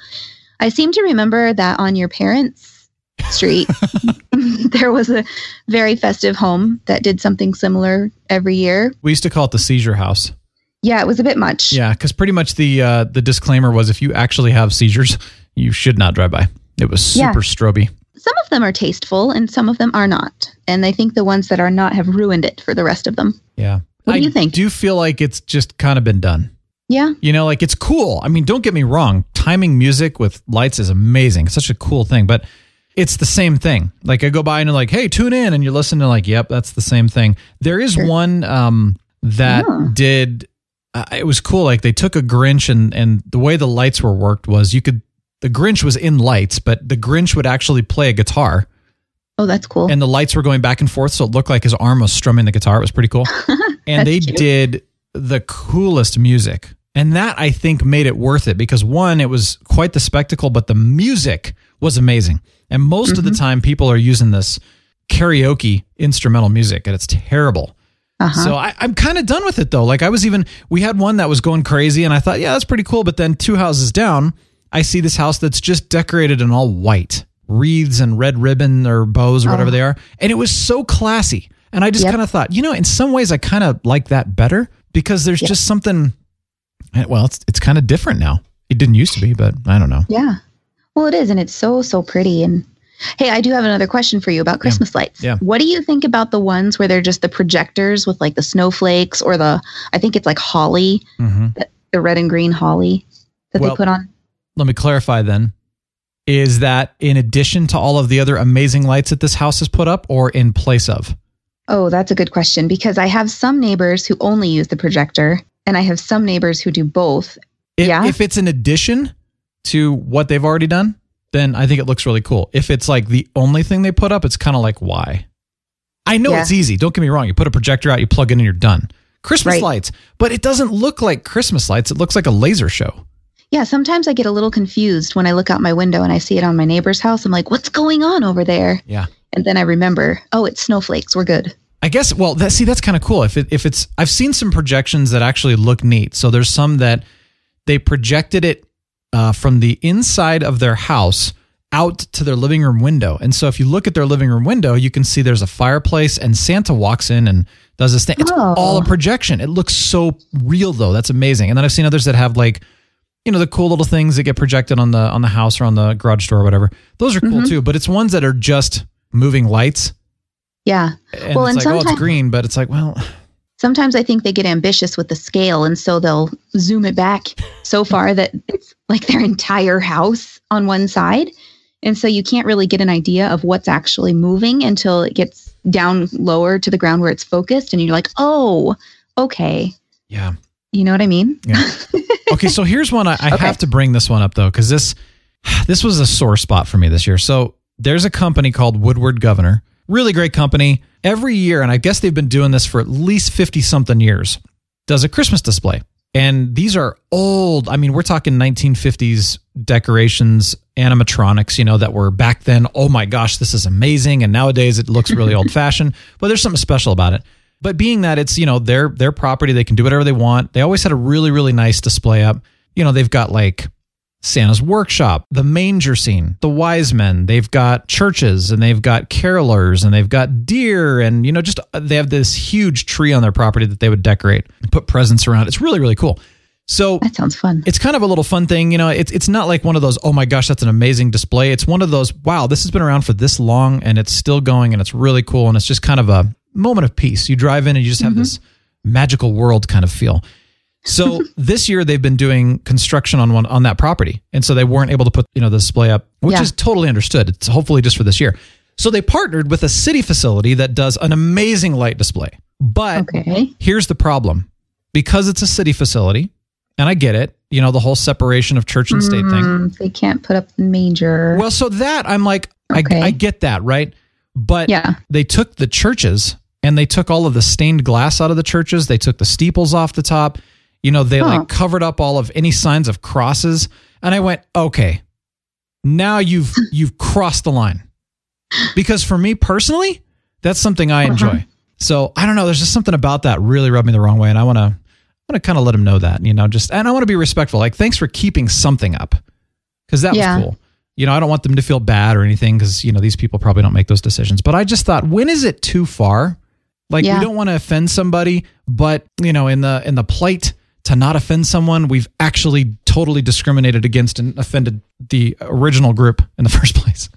S4: I seem to remember that on your parents' street, there was a very festive home that did something similar every year.
S1: we used to call it the seizure house
S4: Yeah, it was a bit much.
S1: yeah because pretty much the uh, the disclaimer was if you actually have seizures you should not drive by it was super
S4: Yeah.
S1: stroby
S4: some of them are tasteful and some of them are not. And I think the ones that are not have ruined it for the rest of them.
S1: yeah
S4: What do
S1: I
S4: you think?
S1: do feel like it's just kind of been done
S4: Yeah.
S1: You know, like it's cool. I mean, don't get me wrong. Timing music with lights is amazing. It's such a cool thing, but it's the same thing. Like I go by and they're like, hey, tune in. And you listen to like, yep, that's the same thing. There is
S4: Sure.
S1: one um, that
S4: Yeah.
S1: did, uh, it was cool. Like they took a Grinch and, and the way the lights were worked was you could, the Grinch was in lights, but the Grinch would actually play a guitar
S4: Oh, that's cool.
S1: and the lights were going back and forth. So it looked like his arm was strumming the guitar. It was pretty cool. and
S4: That's
S1: they
S4: cute.
S1: did the coolest music. And that I think made it worth it because one, it was quite the spectacle, but the music was amazing. And most of the
S4: Mm-hmm.
S1: time, people are using this karaoke instrumental music, and it's terrible.
S4: Uh-huh.
S1: So I, I'm kind of done with it though. Like I was even we had one that was going crazy, and I thought, yeah, that's pretty cool. But then two houses down, I see this house that's just decorated in all white wreaths and red ribbon or bows or whatever they are, and it was so classy. And I just
S4: Oh. Yep.
S1: kind of thought, you know, in some ways, I kind of like that better because there's just something. eh, Well, it's it's kind of different now. It didn't used to be, but I don't know.
S4: yeah. Well, it is. And it's so, so pretty. And hey, I do have another question for you about Christmas lights.
S1: Yeah.
S4: What do you think about the ones where they're just the projectors with like the snowflakes or the, I think it's like holly,
S1: Mm-hmm.
S4: the red and green holly that
S1: Well-
S4: they put on?
S1: let me clarify then is that in addition to all of the other amazing lights that this house has put up or in place of
S4: Oh, that's a good question because I have some neighbors who only use the projector and I have some neighbors who do both.
S1: if,
S4: Yeah.
S1: if it's in addition to what they've already done then i think it looks really cool if it's like the only thing they put up it's kind of like why i know
S4: Yeah.
S1: it's easy don't get me wrong you put a projector out you plug it in and you're done christmas
S4: Right.
S1: lights but it doesn't look like christmas lights it looks like a laser show
S4: Yeah, sometimes I get a little confused when I look out my window and I see it on my neighbor's house. I'm like, what's going on over there?
S1: yeah
S4: And then I remember, oh, it's snowflakes. We're good.
S1: I guess. Well, that see, that's kind of cool. If it, if it's, I've seen some projections that actually look neat. So there's some that they projected it uh, from the inside of their house out to their living room window. And so if you look at their living room window, you can see there's a fireplace, and Santa walks in and does this thing. It's
S4: Oh.
S1: all a projection. It looks so real, though. That's amazing. And then I've seen others that have like you know the cool little things that get projected on the on the house or on the garage door or whatever those are cool too but it's ones that are just moving lights
S4: Yeah.
S1: And
S4: Well,
S1: it's like,
S4: and
S1: oh,
S4: sometimes-
S1: it's green, but it's like, well,
S4: Sometimes I think they get ambitious with the scale, and so they'll zoom it back so far that it's like their entire house on one side. And so you can't really get an idea of what's actually moving until it gets down lower to the ground where it's focused, and you're like, oh, okay.
S1: yeah.
S4: You know what I mean?
S1: okay, so here's one I, I
S4: Okay.
S1: have to bring this one up though, because this this was a sore spot for me this year. So there's a company called Woodward Governor, really great company. Every year, and I guess they've been doing this for at least fifty something years, does a Christmas display, and these are old. I mean, we're talking 1950s decorations, animatronics, you know, that were back then. Oh my gosh, this is amazing, and nowadays it looks really old fashioned, but there's something special about it. But being that it's, you know, their their property, they can do whatever they want. They always had a really, really nice display up. You know, they've got like Santa's workshop, the manger scene, the wise men, they've got churches and they've got carolers and they've got deer and you know just uh, they have this huge tree on their property that they would decorate and put presents around. It's really really cool. So
S4: That sounds fun.
S1: it's kind of a little fun thing, you know. It's it's not like one of those, oh my gosh, that's an amazing display. It's one of those, wow, this has been around for this long and it's still going and it's really cool and it's just kind of a moment of peace. You drive in and you just have
S4: Mm-hmm.
S1: this magical world kind of feel. So this year they've been doing construction on one on that property, and so they weren't able to put you know the display up, which
S4: Yeah.
S1: is totally understood. It's hopefully just for this year. So they partnered with a city facility that does an amazing light display, but
S4: Okay.
S1: here's the problem because it's a city facility and i get it you know the whole separation of church and state thing
S4: Mm, they can't put up the manger.
S1: well so that i'm like
S4: Okay.
S1: I, I get that right but
S4: yeah.
S1: they took the churches and they took all of the stained glass out of the churches they took the steeples off the top you know they
S4: Huh.
S1: like covered up all of any signs of crosses and i went okay now you've you've crossed the line because for me personally that's something
S4: Uh-huh.
S1: i enjoy so i don't know there's just something about that really rubbed me the wrong way and i want to i want to kind of let him know that you know just and i want to be respectful like thanks for keeping something up because that
S4: Yeah.
S1: was cool you know i don't want them to feel bad or anything because you know these people probably don't make those decisions but i just thought when is it too far like
S4: Yeah.
S1: we don't want to offend somebody but you know in the in the plight to not offend someone we've actually totally discriminated against and offended the original group in the first place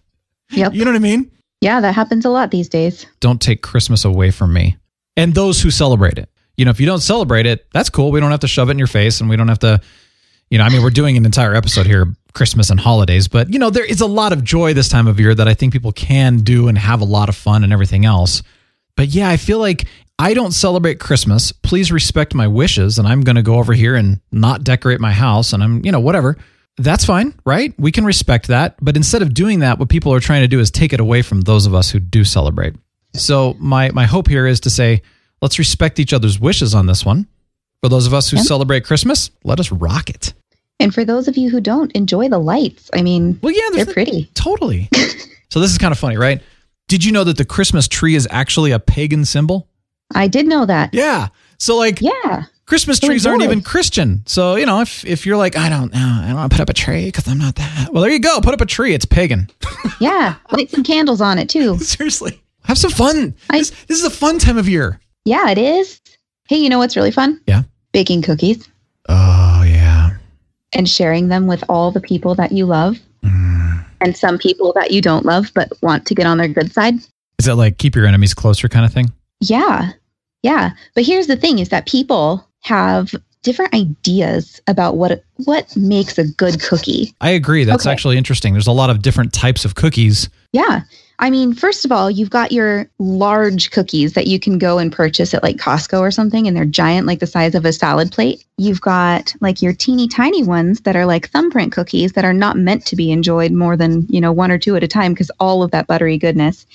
S4: Yep.
S1: you know what i mean
S4: Yeah, that happens a lot these days.
S1: don't take Christmas away from me and those who celebrate it. You know, if you don't celebrate it, that's cool. We don't have to shove it in your face and we don't have to, you know, I mean, we're doing an entire episode here, Christmas and holidays, but, you know, there is a lot of joy this time of year that I think people can do and have a lot of fun and everything else. But yeah, I feel like I don't celebrate Christmas. Please respect my wishes and I'm going to go over here and not decorate my house and I'm, you know, whatever. That's fine, right? We can respect that. But instead of doing that, what people are trying to do is take it away from those of us who do celebrate. So my my hope here is to say, let's respect each other's wishes on this one. For those of us who
S4: Yeah.
S1: celebrate Christmas, let us rock it.
S4: And for those of you who don't enjoy the lights, I mean,
S1: Well, yeah, there's
S4: They're
S1: the-
S4: pretty.
S1: Totally. so this is kind of funny, right? Did you know that the Christmas tree is actually a pagan symbol?
S4: I did know that.
S1: Yeah. So like
S4: Yeah.
S1: Christmas
S4: Oh,
S1: trees aren't
S4: boy.
S1: even Christian. So, you know, if if you're like, I don't know, I don't want to put up a tree cuz I'm not that. Well, there you go. Put up a tree. It's pagan.
S4: Yeah. Light some candles on it too.
S1: Seriously. Have some fun.
S4: I-
S1: this, this is a fun time of year.
S4: Yeah, it is. Hey, you know what's really fun?
S1: Yeah.
S4: Baking cookies
S1: Oh, yeah.
S4: and sharing them with all the people that you love
S1: Mm.
S4: and some people that you don't love but want to get on their good side.
S1: Is it like keep your enemies closer kind of thing?
S4: Yeah. Yeah. But here's the thing is that people have different ideas about what what makes a good cookie.
S1: I agree. That's
S4: Okay.
S1: actually interesting. There's a lot of different types of cookies.
S4: Yeah. I mean, first of all, you've got your large cookies that you can go and purchase at like Costco or something, and they're giant, like the size of a salad plate. You've got like your teeny tiny ones that are like thumbprint cookies that are not meant to be enjoyed more than, you know, one or two at a time because all of that buttery goodness.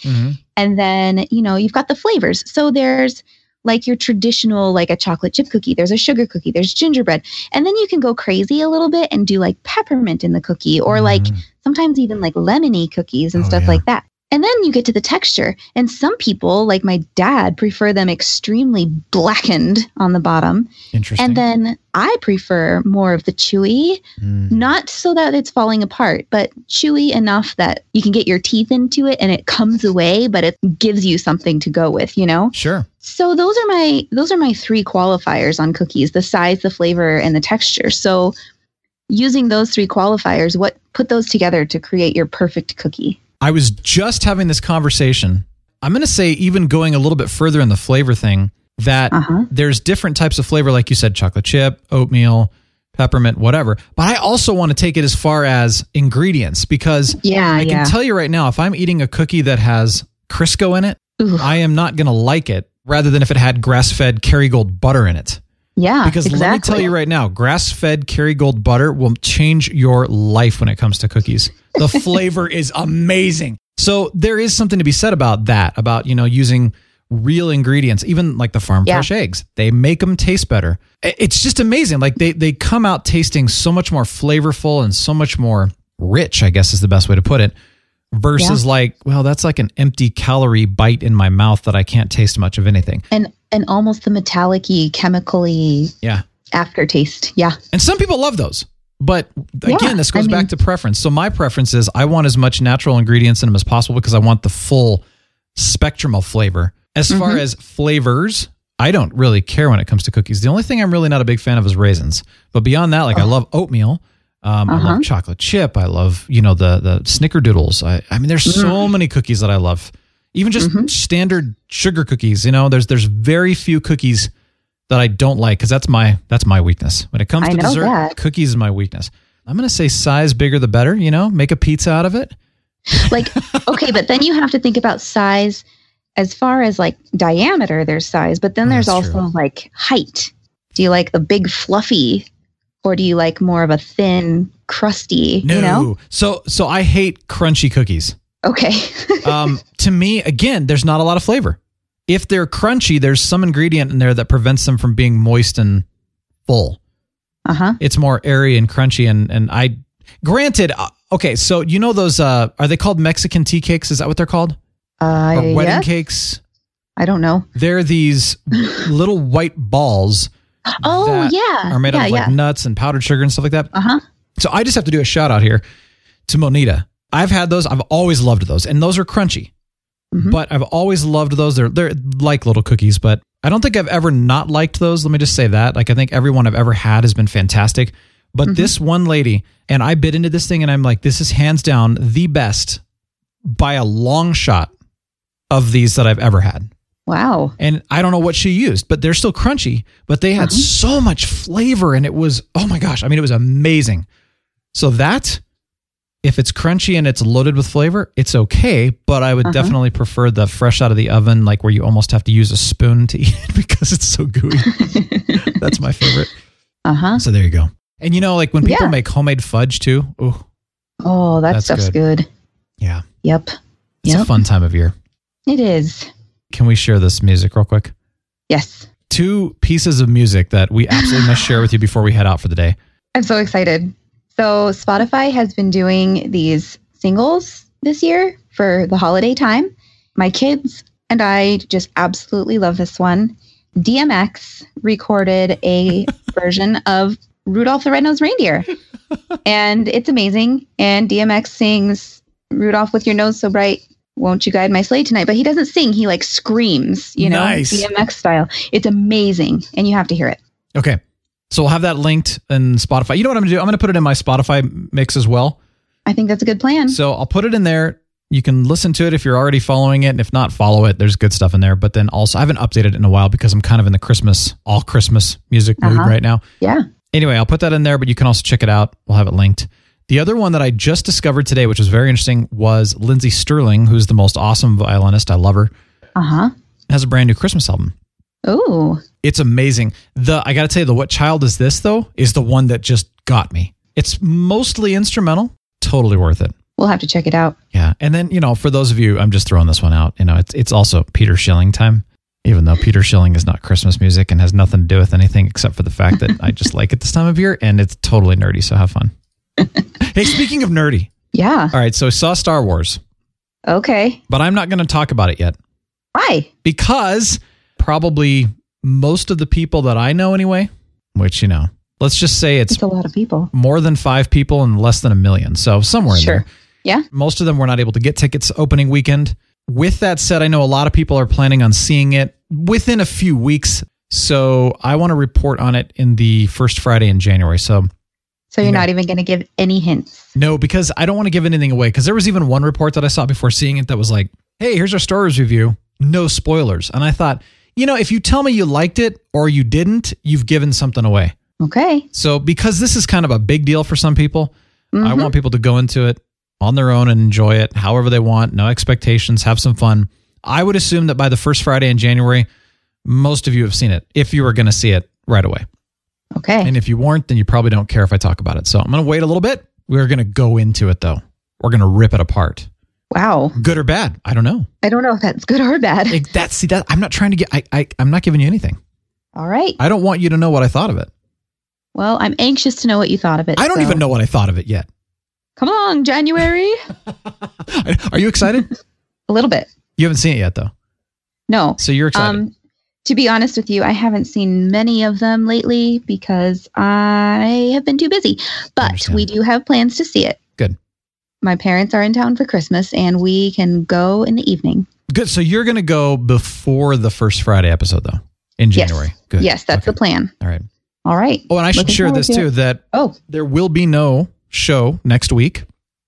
S4: And then, you know, you've got the flavors. So there's like your traditional, like a chocolate chip cookie, there's a sugar cookie, there's gingerbread. And then you can go crazy a little bit and do like peppermint in the cookie or like sometimes even like lemony cookies and
S1: Mm-hmm. Oh,
S4: stuff
S1: yeah.
S4: like that. And then you get to the texture. And some people, like my dad, prefer them extremely blackened on the bottom.
S1: interesting.
S4: And then I prefer more of the chewy,
S1: Mm.
S4: not so that it's falling apart, but chewy enough that you can get your teeth into it and it comes away, but it gives you something to go with, you know?
S1: Sure.
S4: So those are my those are my three qualifiers on cookies: the size, the flavor, and the texture. So using those three qualifiers, what put those together to create your perfect cookie?
S1: I was just having this conversation. I'm going to say, even going a little bit further in the flavor thing, that
S4: Uh-huh.
S1: there's different types of flavor, like you said, chocolate chip, oatmeal, peppermint, whatever. But I also want to take it as far as ingredients because
S4: Yeah,
S1: I
S4: Uh, yeah.
S1: can tell you right now, if I'm eating a cookie that has Crisco in it,
S4: Ooh.
S1: I am not going to like it rather than if it had grass fed Kerrygold butter in it.
S4: yeah,
S1: Because
S4: exactly.
S1: let me tell you right now, grass fed Kerrygold butter will change your life when it comes to cookies. The flavor is amazing. So there is something to be said about that, about, you know, using real ingredients, even like the farm
S4: Yeah.
S1: fresh eggs. They make them taste better. I- It's just amazing. Like they they come out tasting so much more flavorful and so much more rich, I guess is the best way to put it. Versus like, well, that's like an empty calorie bite in my mouth that I can't taste much of anything.
S4: and and almost the metallic-y, chemical-y
S1: Yeah.
S4: aftertaste. Yeah,
S1: And some people love those. But
S4: Yeah,
S1: again, this goes
S4: I mean-
S1: back to preference. So my preference is I want as much natural ingredients in them as possible because I want the full spectrum of flavor. As
S4: Mm-hmm.
S1: far as flavors, I don't really care when it comes to cookies. The only thing I'm really not a big fan of is raisins. But beyond that, like I love oatmeal. Um, I
S4: Oh. Uh-huh.
S1: love chocolate chip. I love, you know, the the snickerdoodles. I, I mean, there's
S4: Mm.
S1: so many cookies that I love. Even just
S4: Mm-hmm.
S1: standard sugar cookies, you know, there's there's very few cookies that I don't like because that's my that's my weakness. When it comes
S4: I
S1: to
S4: know
S1: dessert,
S4: that.
S1: cookies is my weakness. I'm gonna say size bigger the better. You know, make a pizza out of it.
S4: like okay, but then you have to think about size. As far as like diameter, there's size, but then there's
S1: That's
S4: also
S1: true.
S4: like height. Do you like the big fluffy, or do you like more of a thin, crusty? You know?
S1: So so I hate crunchy cookies.
S4: Okay.
S1: Um, to me, again, there's not a lot of flavor. If they're crunchy, there's some ingredient in there that prevents them from being moist and full.
S4: uh huh.
S1: It's more airy and crunchy, and and I, granted, uh, okay. So you know those uh, are they called Mexican tea cakes? Is that what they're called?
S4: Uh,
S1: Or wedding
S4: yeah.
S1: cakes?
S4: I don't know.
S1: They're these little white balls
S4: Oh
S1: that
S4: yeah.
S1: are made
S4: yeah,
S1: out of like
S4: yeah.
S1: nuts and powdered sugar and stuff like that.
S4: Uh huh.
S1: So I just have to do a shout out here to Monita. I've had those. I've always loved those, and those are crunchy.
S4: Mhm.
S1: But I've always loved those. They're they're like little cookies, but I don't think I've ever not liked those. Let me just say that. Like I think everyone I've ever had has been fantastic. But
S4: Mm-hmm.
S1: this one lady, and I bit into this thing, and I'm like, this is hands down the best by a long shot of these that I've ever had
S4: Wow.
S1: and I don't know what she used, but they're still crunchy, but they
S4: Mm-hmm.
S1: had so much flavor and it was, oh my gosh, I mean, it was amazing. So that, if it's crunchy and it's loaded with flavor, it's okay, but I
S4: Uh-huh.
S1: would definitely prefer the fresh out of the oven, like where you almost have to use a spoon to eat it because it's so gooey. That's my favorite.
S4: Uh huh.
S1: So there you go. And you know, like when people
S4: Yeah.
S1: make homemade fudge too, oh,
S4: Oh, that
S1: That's
S4: stuff's
S1: good.
S4: good.
S1: yeah,
S4: Yep.
S1: it's a
S4: Yep.
S1: fun time of year.
S4: It is.
S1: Can we share this music real quick?
S4: Yes.
S1: Two pieces of music that we absolutely must share with you before we head out for the day.
S4: I'm so excited. So, Spotify has been doing these singles this year for the holiday time. My kids and I just absolutely love this one. DMX recorded a version of Rudolph the Red-Nosed Reindeer, and it's amazing. And DMX sings Rudolph with your nose so bright. Won't you guide my sleigh tonight? But he doesn't sing. He like screams, you know,
S1: Nice.
S4: DMX style. It's amazing. And you have to hear it.
S1: Okay. So we'll have that linked in Spotify. You know what I'm going to do? I'm going to put it in my Spotify mix as well.
S4: I think that's a good plan.
S1: So I'll put it in there. You can listen to it if you're already following it. And if not, follow it. There's good stuff in there. But then also, I haven't updated it in a while because I'm kind of in the Christmas, all Christmas music mood
S4: Uh-huh.
S1: right now.
S4: yeah.
S1: Anyway, I'll put that in there, but you can also check it out. We'll have it linked. The other one that I just discovered today, which was very interesting, was Lindsay Sterling, who's the most awesome violinist. I love her.
S4: Uh huh.
S1: Has a brand new Christmas album.
S4: Oh,
S1: It's amazing. The I gotta tell you, the what child is this though is the one that just got me. It's mostly instrumental, totally worth it.
S4: we'll have to check it out.
S1: Yeah, and then you know, for those of you, I'm just throwing this one out. You know, it's it's also Peter Schilling time, even though Peter Schilling is not Christmas music and has nothing to do with anything except for the fact that I just like it this time of year, and it's totally nerdy. So have fun. hey, speaking of nerdy,
S4: Yeah.
S1: all right. So I saw Star Wars,
S4: Okay.
S1: but I'm not going to talk about it yet
S4: Why?
S1: because probably most of the people that I know anyway, which you know, let's just say it's
S4: It's a lot of people.
S1: more than five people and less than a million. So somewhere in
S4: Sure.
S1: there.
S4: Yeah.
S1: Most of them were not able to get tickets opening weekend. With that said, I know a lot of people are planning on seeing it within a few weeks. So I want to report on it in the first Friday in January. So
S4: So you're
S1: No.
S4: not even going to give any hints.
S1: no, because I don't want to give anything away. Because there was even one report that I saw before seeing it that was like, hey, here's our Star Wars review, no spoilers. And I thought, you know, if you tell me you liked it or you didn't, you've given something away.
S4: Okay.
S1: So because this is kind of a big deal for some people,
S4: Mm-hmm.
S1: I want people to go into it on their own and enjoy it however they want, no expectations, have some fun. I would assume that by the first Friday in January, most of you have seen it if you were going to see it right away.
S4: Okay.
S1: And if you weren't, then you probably don't care if I talk about it. So I'm going to wait a little bit. We're going to go into it though. We're going to rip it apart.
S4: wow.
S1: Good or bad, I don't know.
S4: I don't know if that's good or bad.
S1: It, that's see that I'm not trying to get I, I I'm not giving you anything.
S4: All right.
S1: I don't want you to know what I thought of it.
S4: Well, I'm anxious to know what you thought of it.
S1: I don't
S4: so-
S1: even know what I thought of it yet.
S4: Come along, January.
S1: Are you excited?
S4: a little bit.
S1: you haven't seen it yet though.
S4: No.
S1: So you're excited.
S4: Um, to be honest with you, I haven't seen many of them lately because I have been too busy. But
S1: Understand.
S4: we do have plans to see it.
S1: Good.
S4: My parents are in town for Christmas and we can go in the evening.
S1: Good. So you're going to go before the first Friday episode, though, in
S4: Yes.
S1: January. Good.
S4: Yes, that's the plan.
S1: All right.
S4: All right.
S1: Oh, and I should
S4: Looking
S1: share
S4: forward
S1: this
S4: to
S1: too
S4: it.
S1: that
S4: Oh,
S1: there will be no show next week.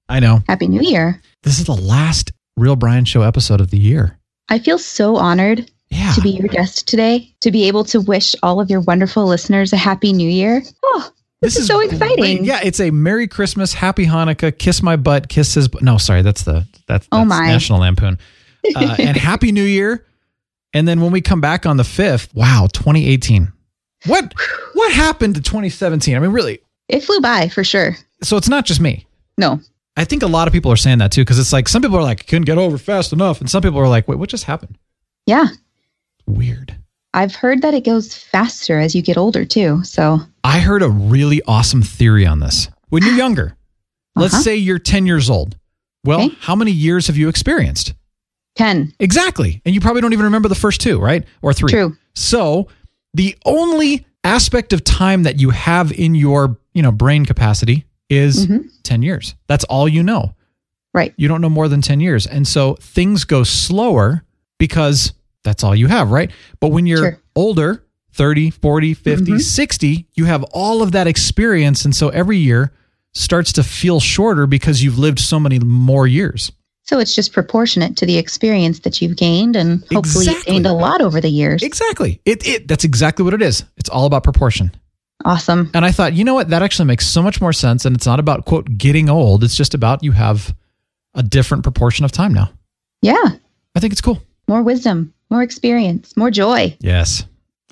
S1: I know
S4: Happy New Year.
S1: this is the last Real Brian Show episode of the year.
S4: I feel so honored
S1: Yeah.
S4: to be your guest today, to be able to wish all of your wonderful listeners a happy new year. Oh, this, is, so
S1: great.
S4: exciting.
S1: Yeah, it's a Merry Christmas, Happy Hanukkah, kiss my butt, kiss his. Bu- no, sorry, that's the that's, that's
S4: Oh my.
S1: National Lampoon. Uh, and Happy New Year. And then when we come back on the fifth, wow, 2018. What what happened to 2017? I mean, really.
S4: It flew by for sure.
S1: So it's not just me.
S4: No.
S1: I think a lot of people are saying that too because it's like some people are like couldn't get over fast enough, and some people are like, wait, what just happened?
S4: Yeah.
S1: Weird.
S4: I've heard that it goes faster as you get older too. So,
S1: I heard a really awesome theory on this. When you're younger, let's
S4: Uh-huh.
S1: say you're 10 years old. Well,
S4: Okay.
S1: how many years have you experienced?
S4: 10.
S1: Exactly. And you probably don't even remember the first two, right? Or three.
S4: True.
S1: So the only aspect of time that you have in your, you know, brain capacity is
S4: Mhm.
S1: 10 years. That's all you know.
S4: Right.
S1: You don't know more than 10 years. And so things go slower because that's all you have, right? But when you're
S4: Sure.
S1: older, 30, 40, 50, 60, you have all of that experience. And so every year starts to feel shorter because you've lived so many more years.
S4: So it's just proportionate to the experience that you've gained and hopefully you've
S1: Exactly.
S4: gained a lot over the years.
S1: Exactly. It, it that's exactly what it is. It's all about proportion.
S4: Awesome.
S1: And I thought, you know what? That actually makes so much more sense. And it's not about quote getting old. It's just about you have a different proportion of time now.
S4: Yeah.
S1: I think it's cool.
S4: More wisdom, more experience, more joy.
S1: Yes,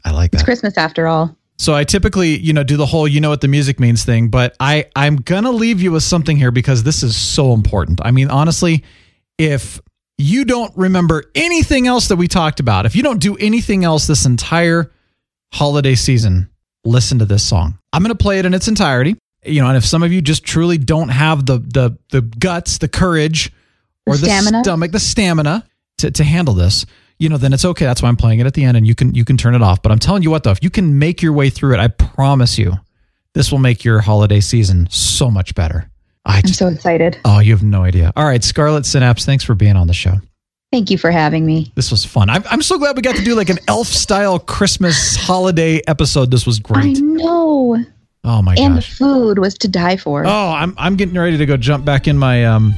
S1: I like
S4: It's
S1: that.
S4: Christmas after all.
S1: So I typically, you know, do the whole you know what the music means thing, but I I'm going to leave you with something here because this is so important. I mean, honestly, if you don't remember anything else that we talked about, if you don't do anything else this entire holiday season, listen to this song. I'm going to play it in its entirety. You know, and if some of you just truly don't have the the the guts, the courage, or the
S4: Stamina.
S1: stomach, the stamina to, to handle this, you know, then it's okay. That's why I'm playing it at the end, and you can you can turn it off. But I'm telling you what, though, if you can make your way through it, I promise you, this will make your holiday season so much better. I
S4: I'm
S1: just
S4: so excited.
S1: oh, you have no idea. All right, Scarlet Synapse, thanks for being on the show.
S4: Thank you for having me.
S1: This was fun. I'm, I'm so glad we got to do like an elf style Christmas holiday episode. This was great.
S4: I know.
S1: Oh my
S4: And the
S1: gosh.
S4: food was to die for.
S1: Oh, I'm I'm getting ready to go jump back in my um,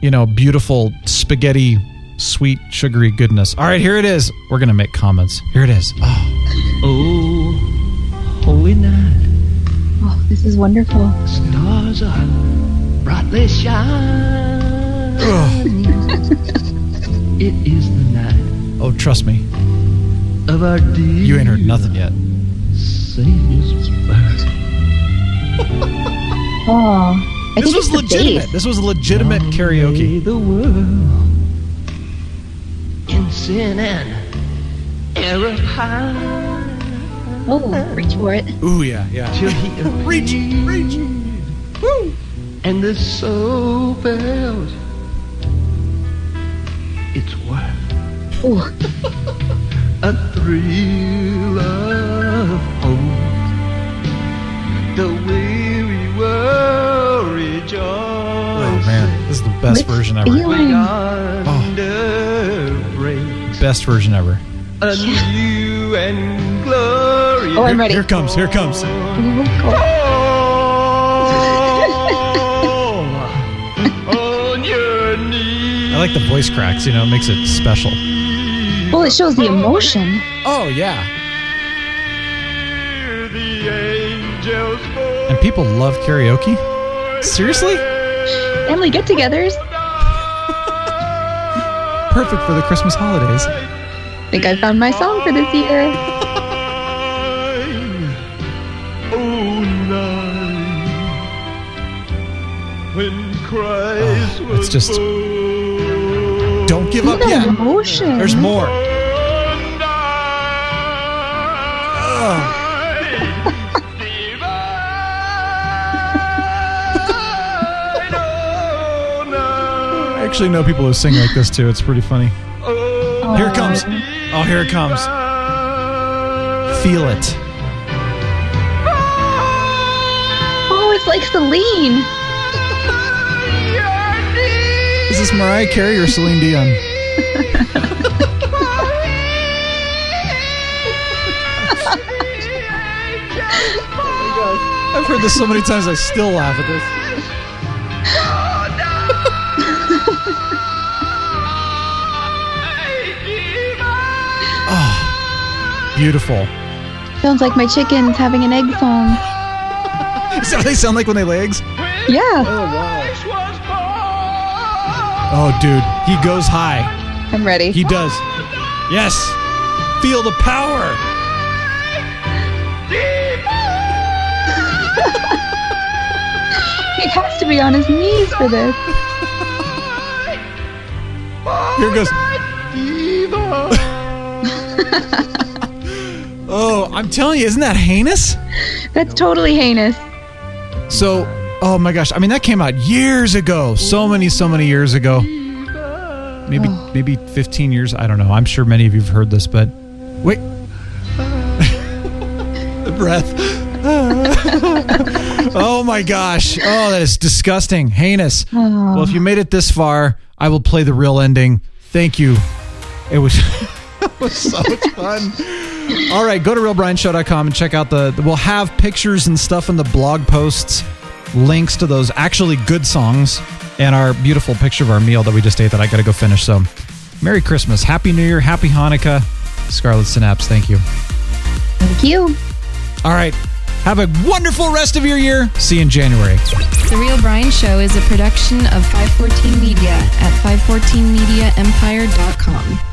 S1: you know, beautiful spaghetti, sweet sugary goodness. All right, here it is. We're gonna make comments. Here it is. Oh,
S6: Oh, holy night,
S4: oh, this is wonderful.
S6: stars are brightly shining.
S1: Ugh.
S6: It is the night
S1: oh, trust me,
S6: of our dear
S1: you ain't heard nothing yet.
S6: Savior's birth.
S4: Oh, I
S1: This
S4: think it's
S1: was
S4: the
S1: legitimate.
S4: bass.
S1: This was legitimate
S6: May
S1: karaoke.
S6: the world in sin and error high
S4: Oh, reach for it.
S1: Ooh yeah, yeah.
S6: till he appeared.
S1: Reach, reach.
S6: And the soul felt its worth.
S4: Ooh,
S6: a thrill of hope. The weary world rejoices
S1: Oh man, this is the best
S4: Rich
S1: version ever.
S4: feel.
S6: when yonder breaks
S1: Best version ever.
S6: a new and glorious
S4: Oh, I'm ready.
S1: Here comes, here comes.
S6: Fall Oh, on your knees.
S1: I like the voice cracks. You know, it makes it special.
S4: Well, Oh, it shows the emotion.
S1: Oh yeah,
S6: Hear the angels
S1: and people love karaoke. Seriously,
S4: Family get-togethers.
S1: perfect for the Christmas holidays.
S4: I think I found my song for this year.
S6: nine, oh nine, when Christ
S1: Oh, it's
S6: was
S1: just-
S6: born.
S1: Don't give
S4: Look
S1: up
S4: at that
S1: yet.
S4: emotion.
S1: There's more.
S6: And
S1: Ugh.
S6: I, divine,
S1: I
S6: oh nine,
S1: actually know people who sing like this too. It's pretty funny.
S6: oh
S1: Here it comes. Oh, here it comes.
S6: nine.
S1: Feel it.
S4: Oh, it's like Celine.
S1: Is this Mariah Carey or Celine Dion? I've heard this so many times, I still laugh at this. Oh, beautiful.
S4: Sounds like my chicken's having an egg song.
S1: Is that what they sound like when they lay eggs?
S4: Yeah,
S1: Oh, dude, he goes high.
S4: I'm ready.
S1: He does. Yes. Feel the power.
S4: He has to be on his knees for this.
S1: Here it goes. oh, I'm telling you, isn't that heinous?
S4: That's totally heinous.
S1: So, oh my gosh, I mean that came out years ago. So many, so many years ago. Maybe, maybe 15 years. I don't know. I'm sure many of you've heard this, but wait, the breath. oh my gosh. Oh, that is disgusting, heinous. Well, if you made it this far, I will play the real ending. Thank you. It was, it was so much fun. All right, go to realbrianshow.com and check out the. We'll have pictures and stuff in the blog posts, links to those actually good songs, and our beautiful picture of our meal that we just ate that I got to go finish. So, Merry Christmas, Happy New Year, Happy Hanukkah, Scarlet Synapse. Thank you.
S4: Thank you.
S1: All right, have a wonderful rest of your year. See you in January.
S7: The Real Brian Show is a production of 514 Media at 514mediaempire.com.